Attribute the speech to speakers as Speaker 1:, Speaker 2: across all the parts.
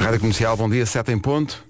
Speaker 1: Rádio Comercial, bom dia, 7 em ponto.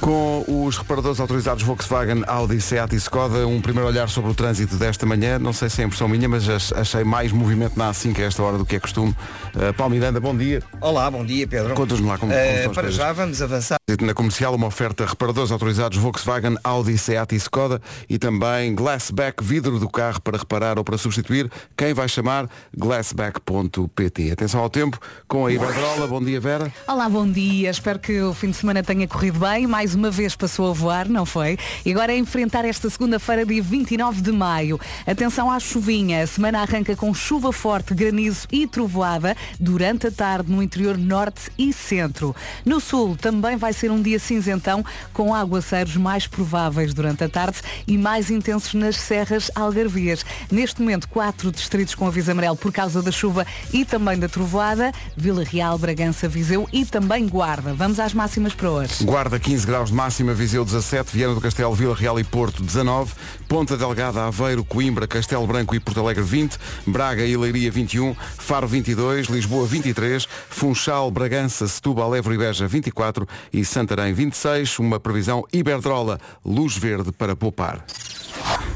Speaker 1: Com os reparadores autorizados Volkswagen, Audi, Seat e Skoda, um primeiro olhar sobre o trânsito desta manhã. Não sei se é impressão minha, mas ach- achei mais movimento na A5 a esta hora do que é costume. Uh, Paulo Miranda, bom dia.
Speaker 2: Olá, bom dia Pedro.
Speaker 1: Contas-nos lá como, como
Speaker 2: Eh,
Speaker 1: estão as
Speaker 2: para
Speaker 1: coisas.
Speaker 2: já vamos avançar.
Speaker 1: Na comercial, uma oferta reparadores autorizados Volkswagen, Audi, Seat e Skoda e também Glassback, vidro do carro para reparar ou para substituir. Quem vai chamar? Glassback.pt. Atenção ao tempo com a Iberdrola. Bom dia, Vera.
Speaker 3: Olá, bom dia. Espero que o fim de semana tenha corrido bem. Mais uma vez passou a voar, não foi? E agora é enfrentar esta segunda-feira, dia 29 de maio. Atenção à chuvinha. A semana arranca com chuva forte, granizo e trovoada durante a tarde no interior norte e centro. No sul também vai ser um dia cinzentão com aguaceiros mais prováveis durante a tarde e mais intensos nas serras algarvias. Neste momento, quatro distritos com aviso amarelo por causa da chuva e também da trovoada. Vila Real, Bragança, Viseu e também Guarda. Vamos às máximas para hoje.
Speaker 1: Guarda 15 graus de máxima, Viseu 17, Viana do Castelo, Vila Real e Porto 19, Ponta Delgada, Aveiro, Coimbra, Castelo Branco e Porto Alegre 20, Braga e Leiria 21, Faro 22, Lisboa 23, Funchal, Bragança, Setúbal, Évora e Beja 24 e Santarém 26, uma previsão Iberdrola, luz verde para poupar.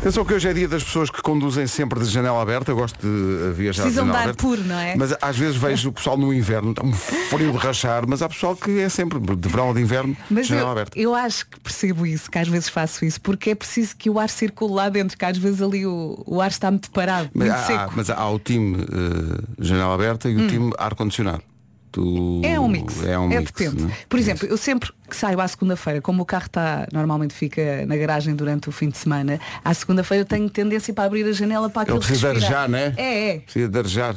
Speaker 1: Atenção que hoje é dia das pessoas que conduzem sempre de janela aberta, eu gosto de eh, viajar
Speaker 3: Precisam
Speaker 1: de janela
Speaker 3: dar
Speaker 1: aberta.
Speaker 3: puro, não é?
Speaker 1: Mas às vezes vejo o pessoal no inverno, está um frio de rachar, mas há pessoal que é sempre de verão ou de inverno,
Speaker 3: Mas eu,
Speaker 1: janela aberta.
Speaker 3: eu acho que percebo isso, que às vezes faço isso, porque é preciso que o ar circule lá dentro, que às vezes ali o, o ar está muito parado,
Speaker 1: Mas
Speaker 3: muito
Speaker 1: há,
Speaker 3: seco. Hum.
Speaker 1: há- mas há o time eh, janela aberta e o time ar-condicionado. Tu-
Speaker 3: É um mix.
Speaker 1: É um mix.
Speaker 3: depende.
Speaker 1: não é?
Speaker 3: Por exemplo, eu sempre que saio à segunda-feira, como o carro está, normalmente fica na garagem durante o fim de semana, à segunda-feira eu tenho tendência para abrir a janela para
Speaker 1: Ele
Speaker 3: aquilo
Speaker 1: precisa de
Speaker 3: respirar.
Speaker 1: arejar, não é?
Speaker 3: É, é.
Speaker 1: Precisa de arejar.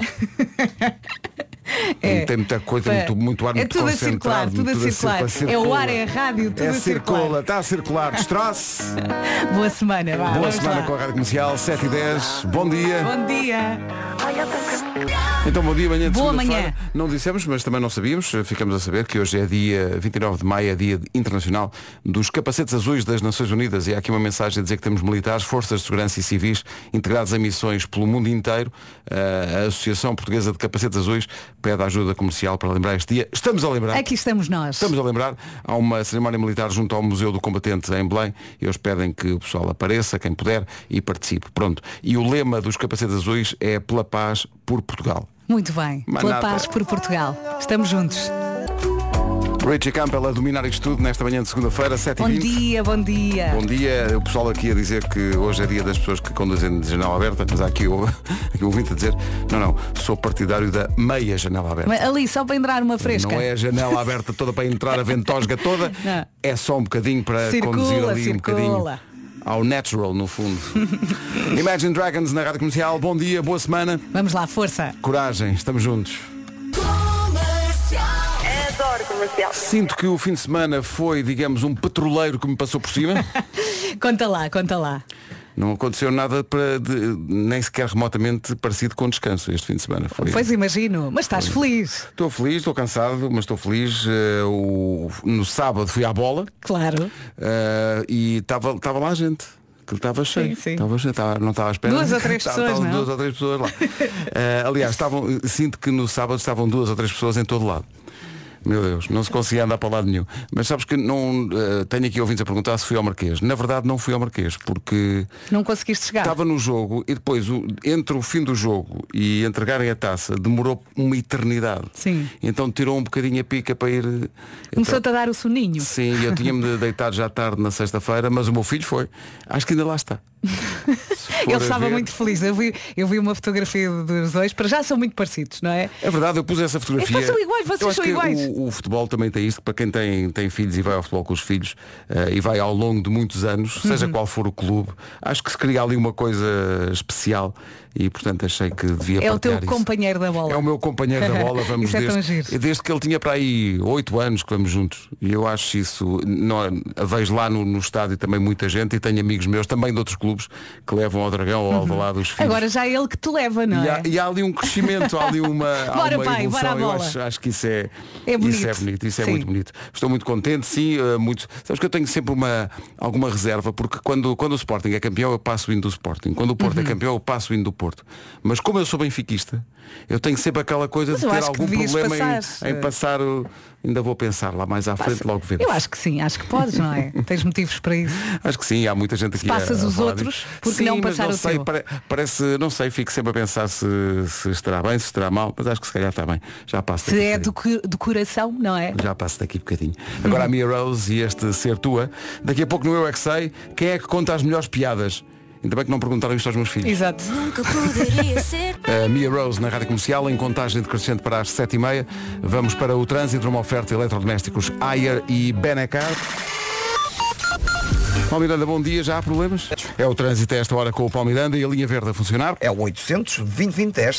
Speaker 3: é.
Speaker 1: Tem muita coisa,
Speaker 3: Para-
Speaker 1: muito, muito ar
Speaker 3: É
Speaker 1: muito
Speaker 3: tudo a circular,
Speaker 1: concentrado,
Speaker 3: tudo a circular. É o ar, é a rádio, tudo
Speaker 1: É
Speaker 3: a
Speaker 1: circula,
Speaker 3: circular.
Speaker 1: está a circular. Destroce.
Speaker 3: Boa semana, vá,
Speaker 1: Boa
Speaker 3: vamos
Speaker 1: semana
Speaker 3: lá.
Speaker 1: com a Rádio Comercial, 7 e 10. Bom dia.
Speaker 3: Bom dia.
Speaker 1: Então, bom dia, manhã de
Speaker 3: Boa
Speaker 1: segunda-feira.
Speaker 3: manhã.
Speaker 1: Não dissemos, mas também não sabíamos. Ficamos a saber que hoje é dia 29 de maio, é dia internacional dos capacetes azuis das Nações Unidas. E há aqui uma mensagem a dizer que temos militares, forças de segurança e civis integrados em missões pelo mundo inteiro. Ah, A Associação Portuguesa de Capacetes Azuis pede ajuda comercial para lembrar este dia. Estamos a lembrar.
Speaker 3: Aqui estamos nós.
Speaker 1: Estamos a lembrar, há uma cerimónia militar junto ao Museu do Combatente em Belém. Eles pedem que o pessoal apareça, quem puder, e participe. Pronto. E o lema dos capacetes azuis é pela paz por Portugal.
Speaker 3: Muito bem.
Speaker 1: Mas
Speaker 3: Pela
Speaker 1: nada.
Speaker 3: paz por Portugal. Estamos juntos.
Speaker 1: Richie Campbell a dominar isto tudo nesta manhã de segunda-feira,
Speaker 3: Bom
Speaker 1: 7h20.
Speaker 3: dia, bom dia.
Speaker 1: Bom dia, o pessoal aqui a dizer que hoje é dia das pessoas que conduzem de janela aberta, mas há aqui o, aqui o ouvinte a dizer, não, não, sou partidário da meia janela aberta.
Speaker 3: Mas Ali, só para entrar uma fresca.
Speaker 1: Não é a janela aberta toda para entrar a ventosga toda,
Speaker 3: Não.
Speaker 1: é só um bocadinho para
Speaker 3: Circula,
Speaker 1: conduzir ali um bocadinho.
Speaker 3: circula.
Speaker 1: Ao natural, no fundo. Imagine Dragons na Rádio Comercial, bom dia, boa semana,
Speaker 3: Vamos lá, força.
Speaker 1: coragem, estamos juntos. É
Speaker 4: Adoro comercial.
Speaker 1: Sinto que o fim de semana foi, digamos, um petroleiro que me passou por cima.
Speaker 3: Conta lá, conta lá.
Speaker 1: Não aconteceu nada para de- nem sequer remotamente parecido com descanso este fim de semana. Foi.
Speaker 3: Pois imagino, mas estás feliz.
Speaker 1: Estou feliz, estou cansado, mas estou feliz. Eh, o- No sábado fui à bola.
Speaker 3: Claro.
Speaker 1: Uh, e estava estava lá gente. Que estava cheio.
Speaker 3: sim.
Speaker 1: Estava cheio, estava- não estava à espera.
Speaker 3: Duas ou três
Speaker 1: Tava-
Speaker 3: pessoas,
Speaker 1: tavam
Speaker 3: não? é?
Speaker 1: Duas ou três pessoas lá. Uh, aliás, estavam, sinto que no sábado estavam duas ou três pessoas em todo lado. Meu Deus, não se conseguia andar para lado nenhum. Mas sabes que não uh, tenho aqui ouvintes a perguntar se fui ao Marquês. Na verdade não fui ao Marquês, porque
Speaker 3: Não conseguiste chegar.
Speaker 1: estava no jogo e depois o- entre o fim do jogo e entregarem a taça demorou uma eternidade.
Speaker 3: Sim. Um
Speaker 1: Então tirou um bocadinho a pica para ir. então,
Speaker 3: Começou-te a dar o soninho.
Speaker 1: Sim, eu tinha-me de deitar já tarde na sexta-feira, mas o meu filho foi. Acho que ainda lá está. Se for
Speaker 3: Ele
Speaker 1: a
Speaker 3: estava
Speaker 1: ver-
Speaker 3: muito feliz. Eu vi, eu vi uma fotografia dos dois. Para já são muito parecidos, não é?
Speaker 1: É verdade, eu pus essa fotografia.
Speaker 3: Então são iguais, vocês
Speaker 1: Eu acho
Speaker 3: são
Speaker 1: que
Speaker 3: iguais.
Speaker 1: O, o futebol também tem isto, para quem tem, tem filhos e vai ao futebol com os filhos eh, e vai ao longo de muitos anos, seja
Speaker 3: Uhum.
Speaker 1: qual for o clube, acho que se cria ali uma coisa especial e portanto achei que devia
Speaker 3: É o teu
Speaker 1: partilhar isso.
Speaker 3: companheiro da bola.
Speaker 1: É o meu companheiro da bola, vamos
Speaker 3: Isso é tão
Speaker 1: desde,
Speaker 3: giro.
Speaker 1: desde que ele tinha para aí oito anos que vamos juntos. E eu acho isso, não, a vejo lá no, no estádio também muita gente e tenho amigos meus também de outros clubes que levam ao Dragão ou ao Alvalade os filhos.
Speaker 3: Uhum. Agora já é ele que te leva, não
Speaker 1: e,
Speaker 3: é?
Speaker 1: há, e há ali um crescimento, há ali uma, há
Speaker 3: Bora,
Speaker 1: uma
Speaker 3: pai,
Speaker 1: evolução.
Speaker 3: bora à
Speaker 1: eu
Speaker 3: bola.
Speaker 1: acho, acho que isso é, isso
Speaker 3: É
Speaker 1: é
Speaker 3: bonito.
Speaker 1: bonito, isso é
Speaker 3: Sim.
Speaker 1: muito bonito. Estou muito contente, sim, eh, muito. Sabes que eu tenho sempre uma,
Speaker 3: Uhum.
Speaker 1: alguma reserva, porque quando, quando o Sporting é campeão eu passo o hino do Sporting. Quando o Porto é campeão eu passo o hino do Porto. Mas como eu sou benfiquista, eu tenho sempre aquela coisa
Speaker 3: Mas
Speaker 1: de
Speaker 3: eu
Speaker 1: ter
Speaker 3: acho que
Speaker 1: algum
Speaker 3: devias
Speaker 1: problema
Speaker 3: passar. eh,
Speaker 1: em, em passar o. Ainda vou pensar lá mais à frente, logo vemos.
Speaker 3: Eu acho que sim, acho que podes, não é? Tens motivos para isso.
Speaker 1: Acho que sim, há muita gente aqui. a-
Speaker 3: passas
Speaker 1: a
Speaker 3: os
Speaker 1: falar
Speaker 3: outros,
Speaker 1: disso.
Speaker 3: porque
Speaker 1: Sim,
Speaker 3: não
Speaker 1: mas
Speaker 3: passar
Speaker 1: não
Speaker 3: o
Speaker 1: sei,
Speaker 3: teu?
Speaker 1: pare- parece, não sei, fico sempre a pensar se, se estará bem, se estará mal, mas acho que se calhar está bem. Já passo
Speaker 3: Se
Speaker 1: daqui a
Speaker 3: é
Speaker 1: bocadinho.
Speaker 3: do, cu- do coração, não é?
Speaker 1: Já passo daqui a bocadinho. Agora a
Speaker 3: Uhum.
Speaker 1: Mia Rose e este ser tua. Daqui a pouco no Eu é que sei, quem é que conta as melhores piadas? Ainda bem que não perguntaram isto aos meus filhos.
Speaker 3: Exato.
Speaker 4: Nunca poderia ser.
Speaker 1: A Mia Rose na Rádio Comercial, em contagem decrescente para as 7h30. Vamos para o trânsito, uma oferta de eletrodomésticos Ayer e Benecar. Palmiranda, bom dia, já há problemas? É o trânsito a esta hora com o Palmiranda e a linha verde a funcionar.
Speaker 2: É o 800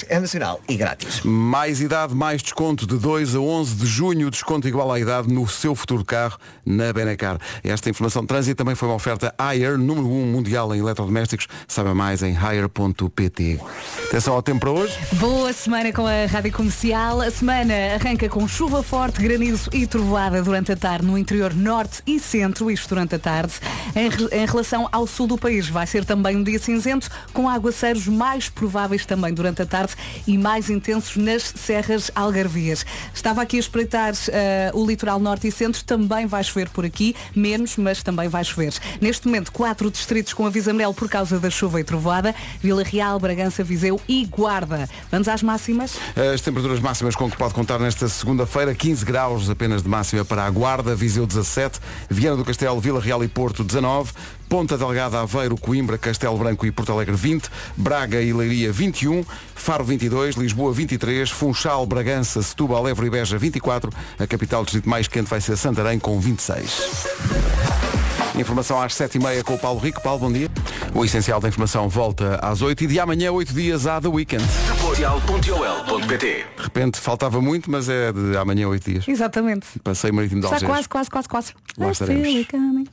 Speaker 2: é nacional e grátis.
Speaker 1: Mais idade, mais desconto de 2 a 11 de junho, desconto igual à idade no seu futuro carro na Benacar. Esta informação de trânsito também foi uma oferta Hire, número 1 mundial em eletrodomésticos. Saiba mais em hire.pt. Atenção ao tempo para hoje.
Speaker 3: Boa semana com a Rádio Comercial. A semana arranca com chuva forte, granizo e trovoada durante a tarde no interior norte e centro, isto durante a tarde. Em, re- em relação ao sul do país, vai ser também um dia cinzento, com aguaceiros mais prováveis também durante a tarde e mais intensos nas serras algarvias. Estava aqui a espreitar eh, o litoral norte e centro, também vai chover por aqui, menos, mas também vai chover. Neste momento, quatro distritos com aviso amarelo por causa da chuva e trovoada, Vila Real, Bragança, Viseu e Guarda. Vamos às máximas?
Speaker 1: As temperaturas máximas com que pode contar nesta segunda-feira, 15 graus apenas de máxima para a Guarda, Viseu 17, Viana do Castelo, Vila Real e Porto 19, Ponta Delgada, Aveiro, Coimbra, Castelo Branco e Porto Alegre 20, Braga e Leiria 21, Faro 22, Lisboa 23, Funchal, Bragança, Setúbal, Évora e Beja 24, a capital do distrito mais quente vai ser Santarém com 26. Informação às 7h30 com o Paulo Rico. Paulo, bom dia. O essencial da informação volta às 8 e de amanhã, 8 dias, há The Weekend.
Speaker 5: Tutorial.ol.pt
Speaker 1: De repente faltava muito, mas é de amanhã oito dias.
Speaker 3: Exatamente.
Speaker 1: Passeio marítimo de
Speaker 3: Está
Speaker 1: Algés.
Speaker 3: quase, quase, quase, quase.
Speaker 1: Lá
Speaker 3: I
Speaker 1: estaremos.
Speaker 3: feel it coming.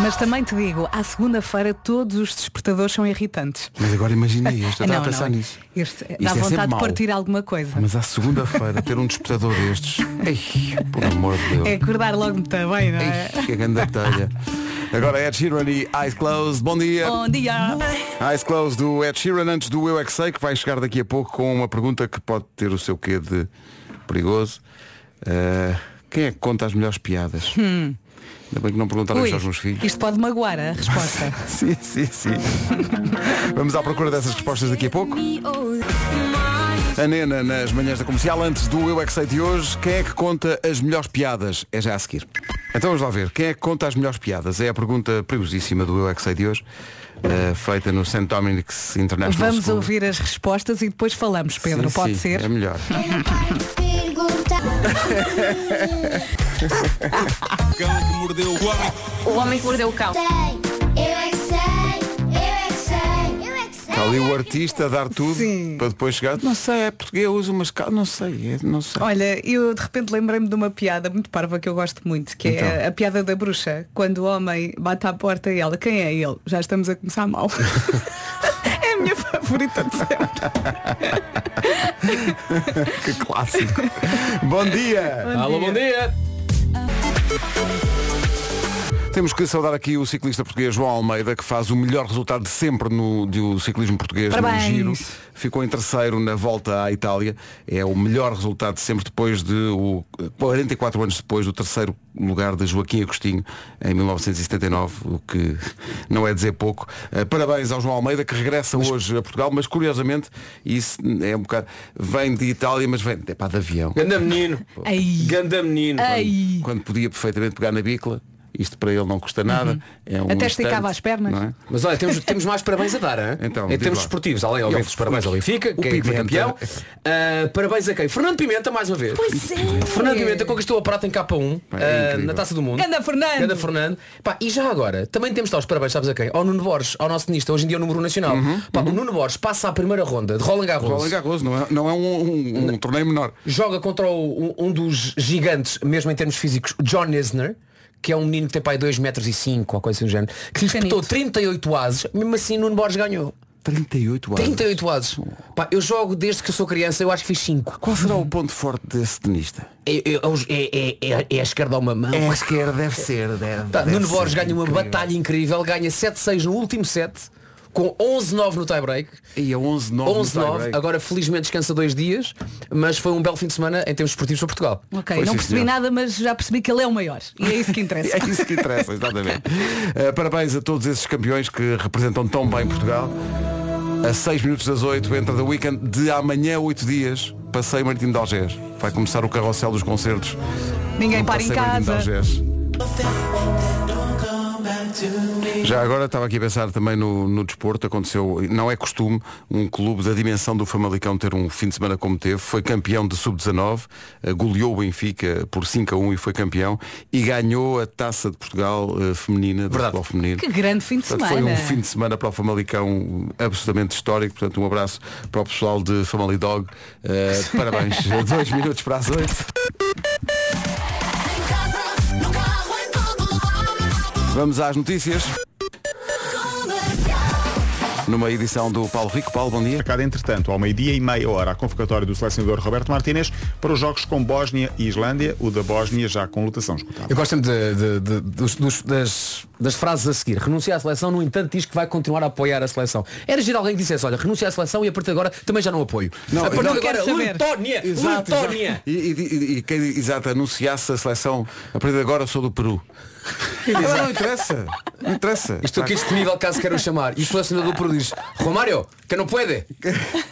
Speaker 3: Mas também te digo, à segunda-feira todos os despertadores são irritantes. Ah,
Speaker 1: Mas agora imagina isto, eu estava
Speaker 3: Não,
Speaker 1: a pensar
Speaker 3: não.
Speaker 1: nisso. Isto
Speaker 3: Este- dá
Speaker 1: é sempre
Speaker 3: vontade de
Speaker 1: mau.
Speaker 3: partir alguma coisa.
Speaker 1: Mas à segunda-feira ter um despertador destes. Ei, por amor de Deus.
Speaker 3: É acordar logo também, não é?
Speaker 1: Ei, que grande telha. Agora Ed Sheeran e Eyes Closed. Bom dia.
Speaker 3: Bom dia!
Speaker 1: Eyes Closed do Ed Sheeran antes do Eu é que sei, que vai chegar daqui a pouco com uma pergunta que pode ter o seu quê de perigoso. Ah, quem é que conta as melhores piadas? Ainda bem que não perguntaram
Speaker 3: Hum. Ui,
Speaker 1: isto aos meus filhos.
Speaker 3: isto pode magoar a resposta.
Speaker 1: Sim, sim, sim. Vamos à procura dessas respostas daqui a pouco. A Nena nas manhãs da comercial, antes do Eu é que sei de hoje, quem é que conta as melhores piadas? É já a seguir. Então vamos lá ver, quem é que conta as melhores piadas? É a pergunta perigosíssima do Eu é que sei de hoje, eh, feita no St. Dominic's International
Speaker 3: Vamos
Speaker 1: School.
Speaker 3: ouvir as respostas e depois falamos, Pedro.
Speaker 1: Sim,
Speaker 3: pode
Speaker 1: sim,
Speaker 3: ser?
Speaker 1: É melhor.
Speaker 6: O homem que mordeu o cão.
Speaker 7: Eu é que sei, eu é que sei, eu é que sei.
Speaker 1: Está ali o artista a dar tudo
Speaker 3: Sim.
Speaker 1: para depois chegar. Não sei, é português, uso umas cal... Não sei, é- não sei.
Speaker 3: Olha, eu de repente lembrei-me de uma piada muito parva que eu gosto muito, que é
Speaker 1: Então.
Speaker 3: a piada da bruxa. Quando o homem bate à porta e ela, quem é ele? Já estamos a começar mal. é a minha favorita de sempre.
Speaker 1: Que clássico. Bom dia!
Speaker 8: Alô, bom dia!
Speaker 1: Temos que saudar aqui o ciclista português João Almeida, que faz o melhor resultado de sempre no do ciclismo português
Speaker 3: Parabéns.
Speaker 1: no Giro. Ficou em terceiro na volta à Itália. É o melhor resultado de sempre depois de o 44 anos depois do terceiro lugar de Joaquim Agostinho em 1979, o que não é dizer pouco. Eh, Parabéns ao João Almeida que regressa hoje a Portugal, mas curiosamente isso é um bocado vem de Itália, mas vem epá, de avião.
Speaker 8: Ganda menino!
Speaker 3: Ei.
Speaker 8: Ganda menino!
Speaker 3: Ah. Ei!
Speaker 1: Quando podia perfeitamente pegar na bicla. Isto para ele não custa nada. É um
Speaker 3: Uhum. Até
Speaker 1: instante,
Speaker 3: esticava as pernas.
Speaker 1: não é?
Speaker 8: Mas olha, temos, temos mais parabéns a dar, hein?
Speaker 1: Então,
Speaker 8: em
Speaker 1: diz
Speaker 8: termos
Speaker 1: lá.
Speaker 8: esportivos, além,
Speaker 1: E ao-
Speaker 8: obviamente, dos parabéns ao Benfica,
Speaker 1: o
Speaker 8: que é que foi
Speaker 1: Pimenta.
Speaker 8: campeão. Ah, parabéns a quem? Fernando Pimenta, mais uma vez.
Speaker 3: é.
Speaker 8: Fernando Pimenta conquistou a prata em K1 ah,
Speaker 1: É incrível.
Speaker 8: na Taça do Mundo.
Speaker 3: Ganda Fernando!
Speaker 8: Ganda Fernando. Pá, e já agora, também temos de dar os parabéns, sabes a quem? Ao Nuno Borges, ao nosso tenista, hoje em dia é o número 1 nacional. Pá, O Nuno Borges passa à primeira ronda de Roland Garros.
Speaker 1: Uhum, Roland Garros não é, não é um, um- um torneio menor.
Speaker 8: joga contra o- um, um dos gigantes, mesmo em termos físicos, o John Isner, que é um menino que tem pai 2 metros e 5, ou coisa assim do género, que lhe
Speaker 3: Pequenito.
Speaker 8: espetou 38 ases, mesmo assim Nuno Borges ganhou.
Speaker 1: 38 anos.
Speaker 8: 38 ases. Pá, eu jogo desde que eu sou criança, eu acho que fiz 5.
Speaker 1: Qual será o ponto forte desse tenista?
Speaker 8: É, é, é, é, é a esquerda ao mamão.
Speaker 1: É a esquerda, deve ser. Deve,
Speaker 8: Tá,
Speaker 1: deve
Speaker 8: Nuno
Speaker 1: ser
Speaker 8: Borges ganha uma
Speaker 1: incrível.
Speaker 8: batalha incrível, ganha 7-6 no último set, com 11-9 no tie-break.
Speaker 1: E a 11-9. é no
Speaker 8: 11-9,
Speaker 1: tie-break.
Speaker 8: agora felizmente descansa dois dias, mas foi um belo fim de semana em termos esportivos para Portugal.
Speaker 3: Ok,
Speaker 1: Foi,
Speaker 3: não
Speaker 1: sim,
Speaker 3: percebi
Speaker 1: senhor.
Speaker 3: nada, mas já percebi que ele é o maior. E é isso que interessa.
Speaker 1: É isso que interessa, exatamente. Uh, parabéns a todos esses campeões que representam tão bem Portugal. A 6 minutos das 8 entra The Weekend de amanhã, 8 dias, passeio Martim de Algés. Vai começar o carrossel dos concertos.
Speaker 3: Ninguém
Speaker 1: no
Speaker 3: para em
Speaker 1: Passeio Martim de
Speaker 3: casa.
Speaker 1: Algés. Já agora estava aqui a pensar também no, no desporto, aconteceu, não é costume, um clube da dimensão do Famalicão ter um fim de semana como teve, foi campeão de sub-19, eh, goleou o Benfica por 5 a 1 e foi campeão, e ganhou a taça de Portugal eh, feminina, do futebol feminino.
Speaker 3: Que grande fim de
Speaker 1: Portanto,
Speaker 3: semana.
Speaker 1: Foi um fim de semana para o Famalicão absolutamente histórico. Portanto, um abraço para o pessoal de Famalidog. Eh, parabéns. Dois minutos para as oito. Vamos às notícias. Numa edição do Paulo Rico. Paulo, bom dia.
Speaker 6: marcada, entretanto, ao meio-dia e meia hora, a convocatória do selecionador Roberto Martínez para os jogos com Bósnia e Islândia, o da Bósnia já com lotação esgotada.
Speaker 8: Eu gosto sempre de- de- de- dos- dos- das, das frases a seguir. Renuncia à seleção, no entanto diz que vai continuar a apoiar a seleção. Era giro alguém que dissesse, olha, renuncia à seleção e a partir de agora também já não apoio.
Speaker 1: Não,
Speaker 8: a partir
Speaker 1: não
Speaker 8: de agora,
Speaker 3: quero saber.
Speaker 8: Letónia! Letónia!
Speaker 1: E, e, e, e quem exato, anunciasse a seleção, a partir de agora eu sou do Peru. Agora não interessa. Não interessa.
Speaker 8: Estou aqui é disponível caso queiram chamar. E o selecionador Peru diz, Romário, que não pode!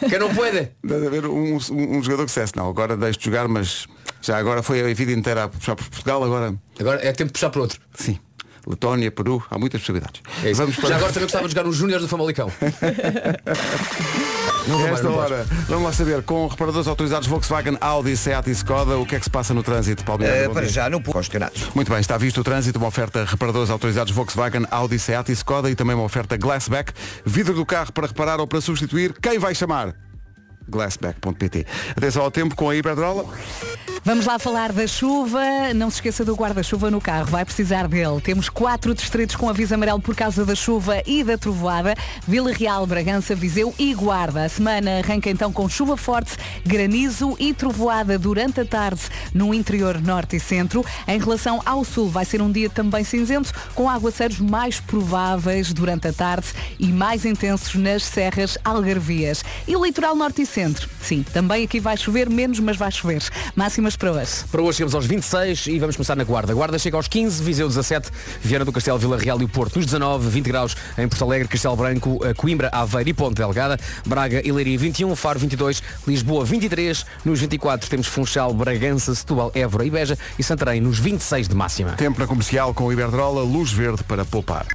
Speaker 8: Que não pode!
Speaker 1: Deve haver um, um- um jogador que dissesse, não, agora deixo de jogar, mas já agora foi a vida inteira a puxar por Portugal, agora
Speaker 8: Agora é tempo de puxar para outro.
Speaker 1: sim. Letónia, Peru, há muitas possibilidades.
Speaker 8: É isso.
Speaker 1: Vamos para
Speaker 8: Já agora também gostava de jogar nos Júniores do Famalicão. Não, Romário,
Speaker 1: esta
Speaker 8: não podes.
Speaker 1: hora. Vamos lá saber, com reparadores autorizados Volkswagen, Audi, Seat e Skoda, o que é que se passa no trânsito, Paulo Miranda?
Speaker 8: É,
Speaker 2: Eh,
Speaker 1: Bom
Speaker 2: para
Speaker 1: dia.
Speaker 2: já não congestionados.
Speaker 1: Muito bem, está visto o trânsito, uma oferta reparadores autorizados Volkswagen, Audi, Seat e Skoda e também uma oferta Glassback, vidro do carro para reparar ou para substituir, quem vai chamar? Glassback.pt Atenção ao tempo com a Iberdrola.
Speaker 3: Vamos lá falar da chuva. Não se esqueça do guarda-chuva no carro, vai precisar dele. Temos quatro distritos com aviso amarelo por causa da chuva e da trovoada. Vila Real, Bragança, Viseu e Guarda. A semana arranca então com chuva forte, granizo e trovoada durante a tarde no interior norte e centro. Em relação ao sul, vai ser um dia também cinzento, com aguaceiros mais prováveis durante a tarde e mais intensos nas serras algarvias. E litoral norte e centro? Sim, também aqui vai chover menos, mas vai chover. Máximas para hoje.
Speaker 8: Para hoje chegamos aos 26 e vamos começar na Guarda. Guarda chega aos 15, Viseu 17, Viana do Castelo, Vila Real e o Porto nos 19, 20 graus em Porto Alegre, Castelo Branco, eh, Coimbra, Aveiro e Ponte Delgada, Braga e Leiria 21, Faro 22, Lisboa 23, nos 24 temos Funchal, Bragança, Setúbal, Évora e Beja e Santarém nos 26 de máxima.
Speaker 1: Tempo na comercial com o Iberdrola, luz verde para poupar.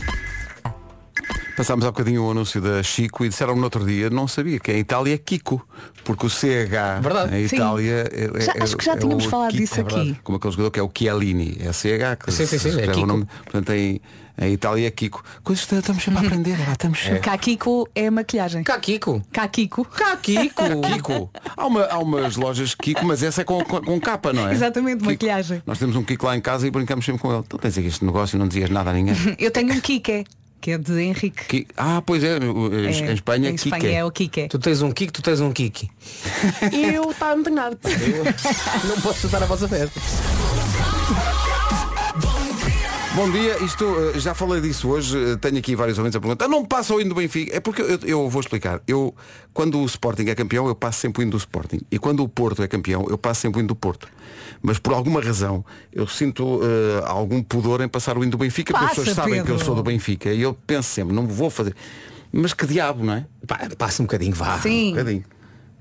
Speaker 1: Passámos há bocadinho o anúncio da Chico e disseram-me no outro dia, não sabia, que em Itália é Kiko, porque o CH
Speaker 8: Verdade.
Speaker 1: em
Speaker 3: Sim.
Speaker 1: Itália é, é-
Speaker 3: Já-
Speaker 1: é-
Speaker 3: acho que já
Speaker 1: é
Speaker 3: tínhamos
Speaker 1: o
Speaker 3: falado
Speaker 1: Kiko,
Speaker 3: disso
Speaker 1: é verdade.
Speaker 3: aqui.
Speaker 1: Como aquele jogador que é o Chiellini, é CH. Que
Speaker 8: Sim, sim, sim, é
Speaker 1: se escreve o
Speaker 8: Kiko.
Speaker 1: portanto, em, em Itália é Kiko. Coisas que estamos sempre a aprender, lá, estamos sempre.
Speaker 3: Kakiko é maquilhagem.
Speaker 8: Cá Kiko!
Speaker 3: Kakiko.
Speaker 8: Cá Kiko!
Speaker 1: Kiko. Há, uma- há umas lojas Kiko, mas essa é com, com, com capa, não é?
Speaker 3: Exatamente,
Speaker 1: Kiko.
Speaker 3: maquilhagem.
Speaker 1: Nós temos um Kiko lá em casa e brincamos sempre com ele. Tu tens aqui este negócio e não dizias nada a ninguém.
Speaker 3: Eu tenho um Kike, que é de Henrique.
Speaker 1: Ki- Ah, pois é, o- em
Speaker 3: É,
Speaker 1: em Espanha,
Speaker 3: em Espanha
Speaker 1: Kike.
Speaker 3: é o Kike.
Speaker 8: Tu tens um Kiko, tu tens um Kiki. Eu estava empenado. Não posso chutar a vossa festa.
Speaker 1: Bom dia, isto eh, já falei disso hoje, eh, tenho aqui vários ouvintes a perguntar. "Ah, Não passa o hino do Benfica. É porque eu, eu vou explicar. Eu, quando o Sporting é campeão, eu passo sempre o hino do Sporting. E quando o Porto é campeão, eu passo sempre o hino do Porto. Mas por alguma razão, eu sinto eh, algum pudor em passar o hino do Benfica, porque as
Speaker 3: Passa,
Speaker 1: pessoas sabem que eu
Speaker 3: Pedro.
Speaker 1: sou do Benfica. E eu penso sempre, não vou fazer. Mas que diabo, não é?
Speaker 8: Pá, Passa um bocadinho, vá.
Speaker 1: Um
Speaker 3: Sim.
Speaker 1: bocadinho.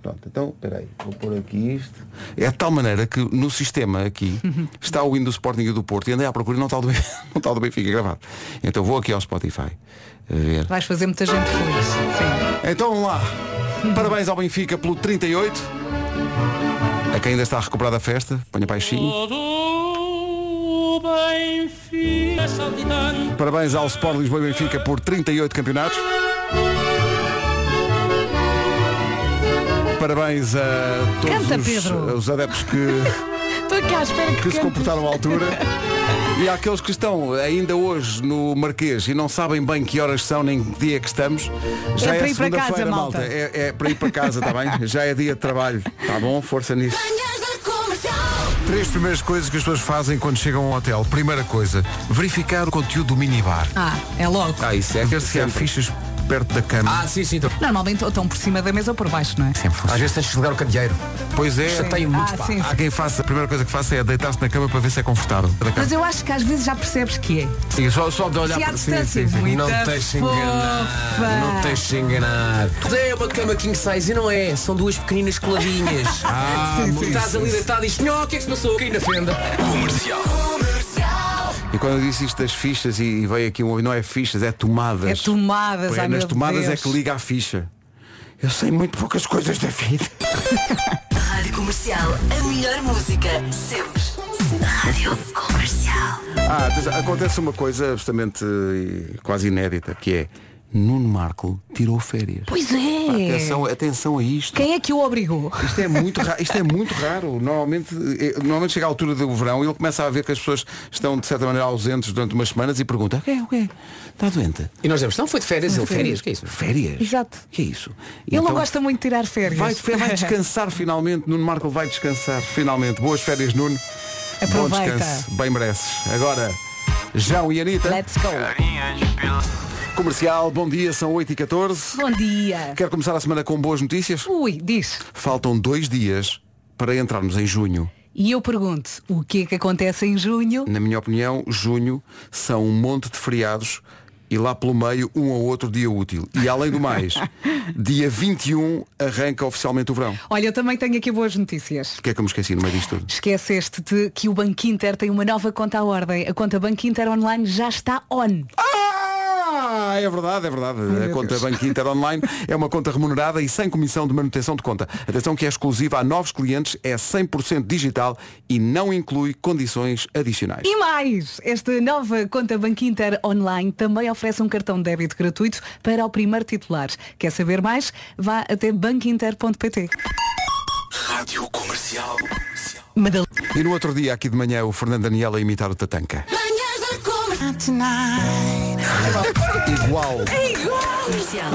Speaker 1: Pronto, então, peraí, vou pôr aqui isto. É de tal maneira que no sistema aqui está o Windows Sporting e o do Porto e andei à procura e não está o do, Ben- não está o do Benfica gravado. Então vou aqui ao Spotify ver.
Speaker 3: Vais fazer muita gente feliz. Sim.
Speaker 1: Então vamos lá. Parabéns ao Benfica pelo 38. A quem ainda está a recuperar da festa, ponha baixinho. Parabéns ao Sport Lisboa e Benfica por 38 campeonatos. Parabéns a todos
Speaker 3: Canta,
Speaker 1: os,
Speaker 3: Pedro.
Speaker 1: os adeptos que,
Speaker 3: Estou aqui à espera que,
Speaker 1: que se
Speaker 3: cantes.
Speaker 1: comportaram à altura. E há aqueles que estão ainda hoje no Marquês e não sabem bem que horas são nem que dia é que estamos. Já
Speaker 3: É
Speaker 1: é,
Speaker 3: para ir para casa,
Speaker 1: segunda-feira,
Speaker 3: malta.
Speaker 1: malta. É, é para ir para casa, está bem? Já é dia de trabalho. Está bom? Força nisso.
Speaker 9: Três primeiras coisas que as pessoas fazem quando chegam a um hotel. Primeira coisa, verificar o conteúdo do minibar.
Speaker 3: Ah, é logo.
Speaker 1: Ah, isso é
Speaker 9: Ver se há fichas perto da cama.
Speaker 8: Ah, sim, sim. Então.
Speaker 3: Normalmente ou estão por cima da mesa ou por baixo, não é? Sim.
Speaker 8: Às vezes tens de ligar o candeeiro.
Speaker 9: pois é.
Speaker 1: tá
Speaker 8: Chateio muito,
Speaker 3: Ah,
Speaker 8: pá.
Speaker 3: sim,
Speaker 9: Há
Speaker 3: sim.
Speaker 9: quem faça, a primeira coisa que faça é deitar-se na cama para ver se é confortável. Da cama.
Speaker 3: Mas eu acho que às vezes já percebes que é.
Speaker 8: Sim, só, só de olhar
Speaker 3: Se há
Speaker 8: para
Speaker 3: distância, muita
Speaker 8: Não te deixes
Speaker 3: fofa.
Speaker 8: enganar. Não te deixes enganar. É uma cama king size e não é. São duas pequeninas coladinhas. ah,
Speaker 3: Sim,
Speaker 8: muito.
Speaker 3: sim,
Speaker 8: estás ali deitado e dizes, "Nhó, o que é que se passou? Caí na fenda.
Speaker 5: Comercial.
Speaker 1: E quando eu disse isto das fichas e e veio aqui um. Não é fichas, é tomadas.
Speaker 3: É tomadas,
Speaker 1: Pois é,
Speaker 3: ai
Speaker 1: Nas
Speaker 3: meu
Speaker 1: tomadas
Speaker 3: Deus.
Speaker 1: é que liga a ficha. Eu sei muito poucas coisas da vida.
Speaker 10: Rádio Comercial, a melhor música sempre. Rádio Comercial.
Speaker 1: Ah, mas acontece uma coisa absolutamente eh, quase inédita, que é Nuno Marco tirou férias.
Speaker 3: Pois é.
Speaker 1: Atenção, atenção a isto.
Speaker 3: Quem é que o obrigou?
Speaker 1: Isto é muito raro. Isto é muito raro. Normalmente, eh, normalmente chega à altura do verão e ele começa a ver que as pessoas estão de certa maneira ausentes durante umas semanas e pergunta, o que é, o que é? Está doente?
Speaker 8: E nós dizemos, não, foi de férias. Ele, férias, que é isso?
Speaker 1: Férias?
Speaker 3: Exato.
Speaker 1: Que é isso?
Speaker 3: Ele não
Speaker 1: Então,
Speaker 3: gosta muito de tirar férias.
Speaker 1: Vai, de férias, vai descansar finalmente, Nuno Marco vai descansar finalmente. Boas férias, Nuno.
Speaker 3: Aproveita.
Speaker 1: Bom descanso, bem mereces. Agora, João e Anitta.
Speaker 3: Let's go.
Speaker 1: Comercial, bom dia, são 8h14.
Speaker 3: Bom dia.
Speaker 1: Quero começar a semana com boas notícias.
Speaker 3: Ui, diz.
Speaker 1: Faltam dois dias para entrarmos em junho.
Speaker 3: E eu pergunto, o que é que acontece em junho?
Speaker 1: Na minha opinião, junho são um monte de feriados e lá pelo meio um ou outro dia útil. E além do mais, dia 21 arranca oficialmente o verão.
Speaker 3: Olha, eu também tenho aqui boas notícias.
Speaker 1: O que é que eu me esqueci no meio disto tudo?
Speaker 3: Esqueceste-te que o Banco Inter tem uma nova conta à ordem. A conta Banco Inter Online já está on.
Speaker 1: Ah, é verdade, é verdade. a conta Banco Inter Online é uma conta remunerada e sem comissão de manutenção de conta. Atenção que é exclusiva a novos clientes, é 100% digital e não inclui condições adicionais.
Speaker 3: E mais, esta nova conta Banco Inter Online também oferece um cartão de débito gratuito para o primeiro titular. Quer saber mais? Vá até banquinter.pt.
Speaker 5: Rádio Comercial. Comercial.
Speaker 3: Madal-
Speaker 1: E no outro dia, aqui de manhã, o Fernando Daniel a imitar o Tatanca. Igual.
Speaker 10: Comercial.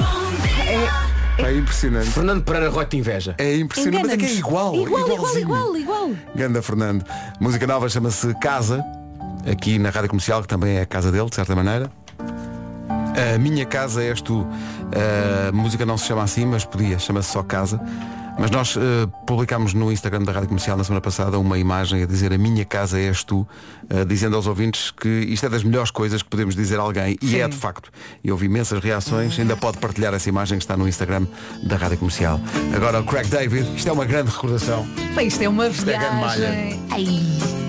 Speaker 1: É impressionante.
Speaker 8: Fernando Pereira Roy te inveja.
Speaker 1: É impressionante, mas é que é igual.
Speaker 3: Igual, igual,
Speaker 1: igualzinho.
Speaker 3: igual, igual.
Speaker 1: Ganda Fernando. Música nova chama-se Casa, aqui na Rádio Comercial, que também é a casa dele, de certa maneira. A minha casa és tu. A música não se chama assim, mas podia, chama-se só Casa. Mas nós eh, publicámos no Instagram da Rádio Comercial na semana passada uma imagem a dizer a minha casa és tu, eh, dizendo aos ouvintes que isto é das melhores coisas que podemos dizer a alguém e é de facto. E houve imensas reações, ainda pode partilhar essa imagem que está no Instagram da Rádio Comercial. Agora o Craig David, isto é uma grande recordação.
Speaker 3: Bem, isto é uma
Speaker 1: é grande malha.
Speaker 3: viagem. Ai.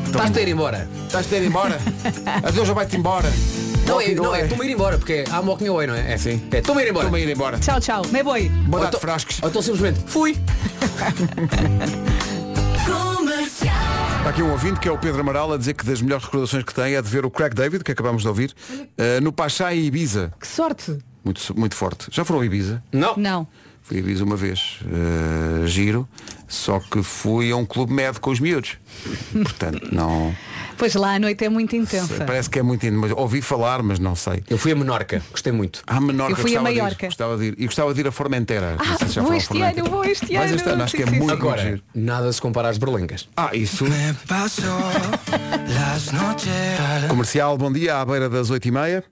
Speaker 8: Estás-te a ir embora.
Speaker 1: Estás-te a ir embora? Adeus, já vai-te embora.
Speaker 8: Não é,
Speaker 1: Walking
Speaker 8: não é,
Speaker 1: away.
Speaker 8: estou-me a ir embora, porque é, há walking away, não é? É
Speaker 1: Sim.
Speaker 8: É, estou-me a ir embora.
Speaker 1: Estou-me a ir embora.
Speaker 3: Tchau, tchau. Não é boi?
Speaker 1: Boa
Speaker 8: Ou
Speaker 1: tarde,
Speaker 8: então-
Speaker 1: frascos.
Speaker 8: Ou então simplesmente, fui.
Speaker 1: Está aqui um ouvinte que é o Pedro Amaral a dizer que das melhores recordações que tem é de ver o Craig David, que acabamos de ouvir, eh, no Pachá e Ibiza.
Speaker 3: Que sorte.
Speaker 1: Muito, muito forte. Já foram a Ibiza?
Speaker 8: Não.
Speaker 3: Não.
Speaker 1: Fui a Ibiza uma vez. eh, giro. Só que fui a um clube médio com os miúdos. Portanto, não.
Speaker 3: Pois lá a noite é muito intensa.
Speaker 1: Parece que é muito. in- Mas ouvi falar, mas não sei.
Speaker 8: Eu fui a Menorca, gostei muito.
Speaker 1: À Menorca,
Speaker 3: Eu fui a
Speaker 1: gostava de ir,
Speaker 3: Maiorca.
Speaker 1: gostava de ir. E gostava de ir a Formentera.
Speaker 3: Ah,
Speaker 1: Não sei se já
Speaker 3: vou
Speaker 1: foram a
Speaker 3: este
Speaker 1: Formentera.
Speaker 3: ano, vou este
Speaker 1: Mas
Speaker 3: ano.
Speaker 1: este ano acho que é
Speaker 3: Sim, sim,
Speaker 1: muito,
Speaker 3: sim.
Speaker 1: muito
Speaker 8: Agora,
Speaker 1: giro.
Speaker 8: nada se compara às berlengas.
Speaker 1: Ah, isso. Comercial, bom dia, à beira das 8h30.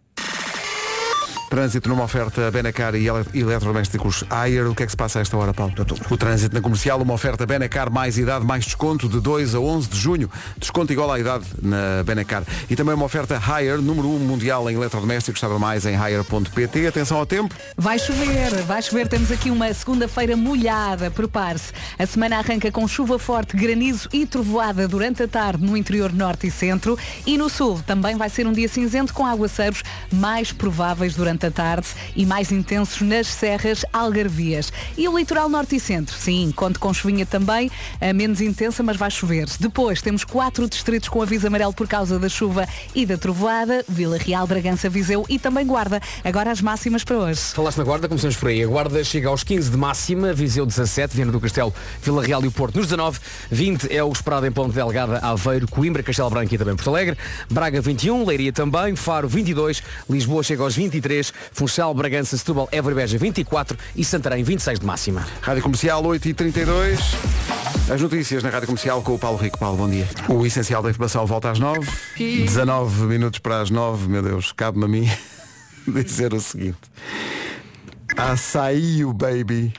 Speaker 1: Trânsito numa oferta Benacar e ele- eletrodomésticos Ayer. O que é que se passa a esta hora, Paulo? O trânsito na comercial, uma oferta Benacar mais idade, mais desconto de 2 a 11 de junho. Desconto igual à idade na Benacar. E também uma oferta Higher, número 1 mundial em eletrodomésticos. Sabe mais em higher.pt. Atenção ao tempo.
Speaker 3: Vai chover, vai chover. Temos aqui uma segunda-feira molhada, prepare-se. A semana arranca com chuva forte, granizo e trovoada durante a tarde no interior norte e centro. E no sul também vai ser um dia cinzento com aguaceiros mais prováveis durante durante a tarde e mais intensos nas serras algarvias. E o litoral norte e centro, sim, conto com chuvinha também, a menos intensa, mas vai chover. Depois temos quatro distritos com aviso amarelo por causa da chuva e da trovoada, Vila Real, Bragança, Viseu e também Guarda. Agora as máximas para hoje.
Speaker 8: Falaste na Guarda, começamos por aí. A Guarda chega aos 15 de máxima, Viseu 17, Viana do Castelo, Vila Real e o Porto nos 19, 20 é o esperado em Ponte Delgada, Aveiro, Coimbra, Castelo Branco e também Porto Alegre, Braga 21, Leiria também, Faro 22, Lisboa chega aos 23, Funchal, Bragança, Setúbal, Évora e Beja 24 e Santarém 26 de máxima.
Speaker 1: Rádio Comercial 8h32. As notícias na Rádio Comercial com o Paulo Rico. Paulo, bom dia. O essencial da informação volta às 9. 19 minutos para as 9. Meu Deus, cabe-me a mim dizer o seguinte. Açaí, o baby.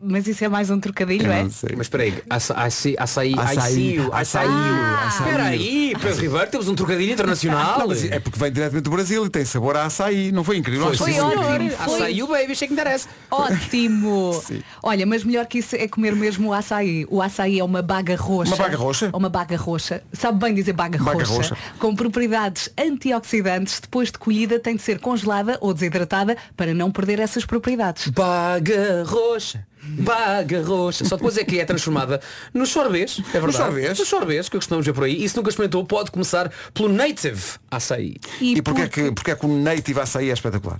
Speaker 3: Mas isso é mais um trocadilho, é?
Speaker 8: Mas espera aí, aça- açaí, açaí, açaí, açaí. Espera aí, Pedro Ribeiro, temos um trocadilho internacional.
Speaker 1: Não, mas é porque vem diretamente do Brasil e tem sabor a açaí. Não foi incrível?
Speaker 8: Foi,
Speaker 1: Acho que
Speaker 8: sim,
Speaker 1: sim.
Speaker 8: senhor.
Speaker 3: foi-
Speaker 8: Açaí, o baby, achei que interessa.
Speaker 3: Ótimo! Olha, mas melhor que isso é comer mesmo o açaí. O açaí é uma baga roxa.
Speaker 1: Uma baga roxa?
Speaker 3: É Uma baga roxa. Sabe bem dizer baga,
Speaker 1: Baga
Speaker 3: roxa.
Speaker 1: roxa.
Speaker 3: Com propriedades antioxidantes, depois de colhida tem de ser congelada ou desidratada para não perder essas propriedades.
Speaker 8: Baga roxa, baga roxa. Só depois é que é transformada nos sorbês. É verdade. Nos
Speaker 1: sorbês?
Speaker 8: Nos sorbês, que costumamos ver por aí. E se nunca experimentou, pode começar pelo native açaí.
Speaker 1: E porquê é que, porque é que o native açaí é espetacular?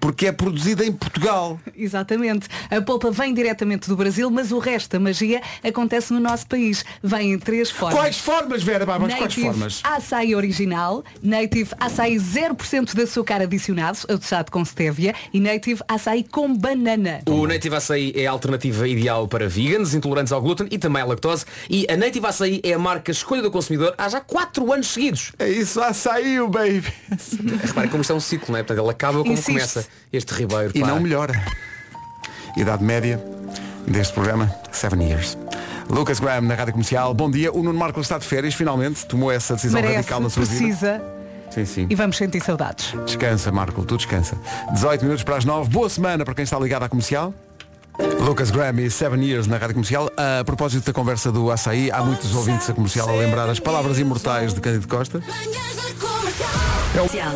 Speaker 1: Porque é produzido em Portugal.
Speaker 3: Exatamente. A polpa vem diretamente do Brasil, mas o resto da magia acontece no nosso país. Vem em três formas.
Speaker 1: Quais formas, Vera Barbas? Quais
Speaker 3: Native
Speaker 1: formas?
Speaker 3: açaí original, Native açaí 0% de açúcar adicionado, adoçado com stevia, e Native açaí com banana.
Speaker 8: O Native Açaí é a alternativa ideal para veganos, intolerantes ao glúten e também à lactose. E a Native Açaí é a marca escolha do consumidor há já 4 anos seguidos.
Speaker 1: É isso, açaí, o baby.
Speaker 8: Reparem como isto é um ciclo, não é? Portanto, ele acaba como
Speaker 3: Insiste.
Speaker 8: começa este ribeiro.
Speaker 1: E
Speaker 8: pá.
Speaker 1: não melhora. Idade média deste programa, 7 years. Lucas Graham na Rádio Comercial. Bom dia. O Nuno Marco está de férias, finalmente. Tomou essa decisão
Speaker 3: Merece,
Speaker 1: radical na sua vida.
Speaker 3: precisa
Speaker 1: Sim, sim.
Speaker 3: e vamos sentir saudades.
Speaker 1: Descansa, Marco, tu descansa. 18 minutos para as 9. Boa semana para quem está ligado à comercial. Lucas Graham e 7 Years na Rádio Comercial. A propósito da conversa do açaí, há muitos ouvintes da comercial a lembrar as palavras imortais de Cândido Costa.
Speaker 10: É Comercial.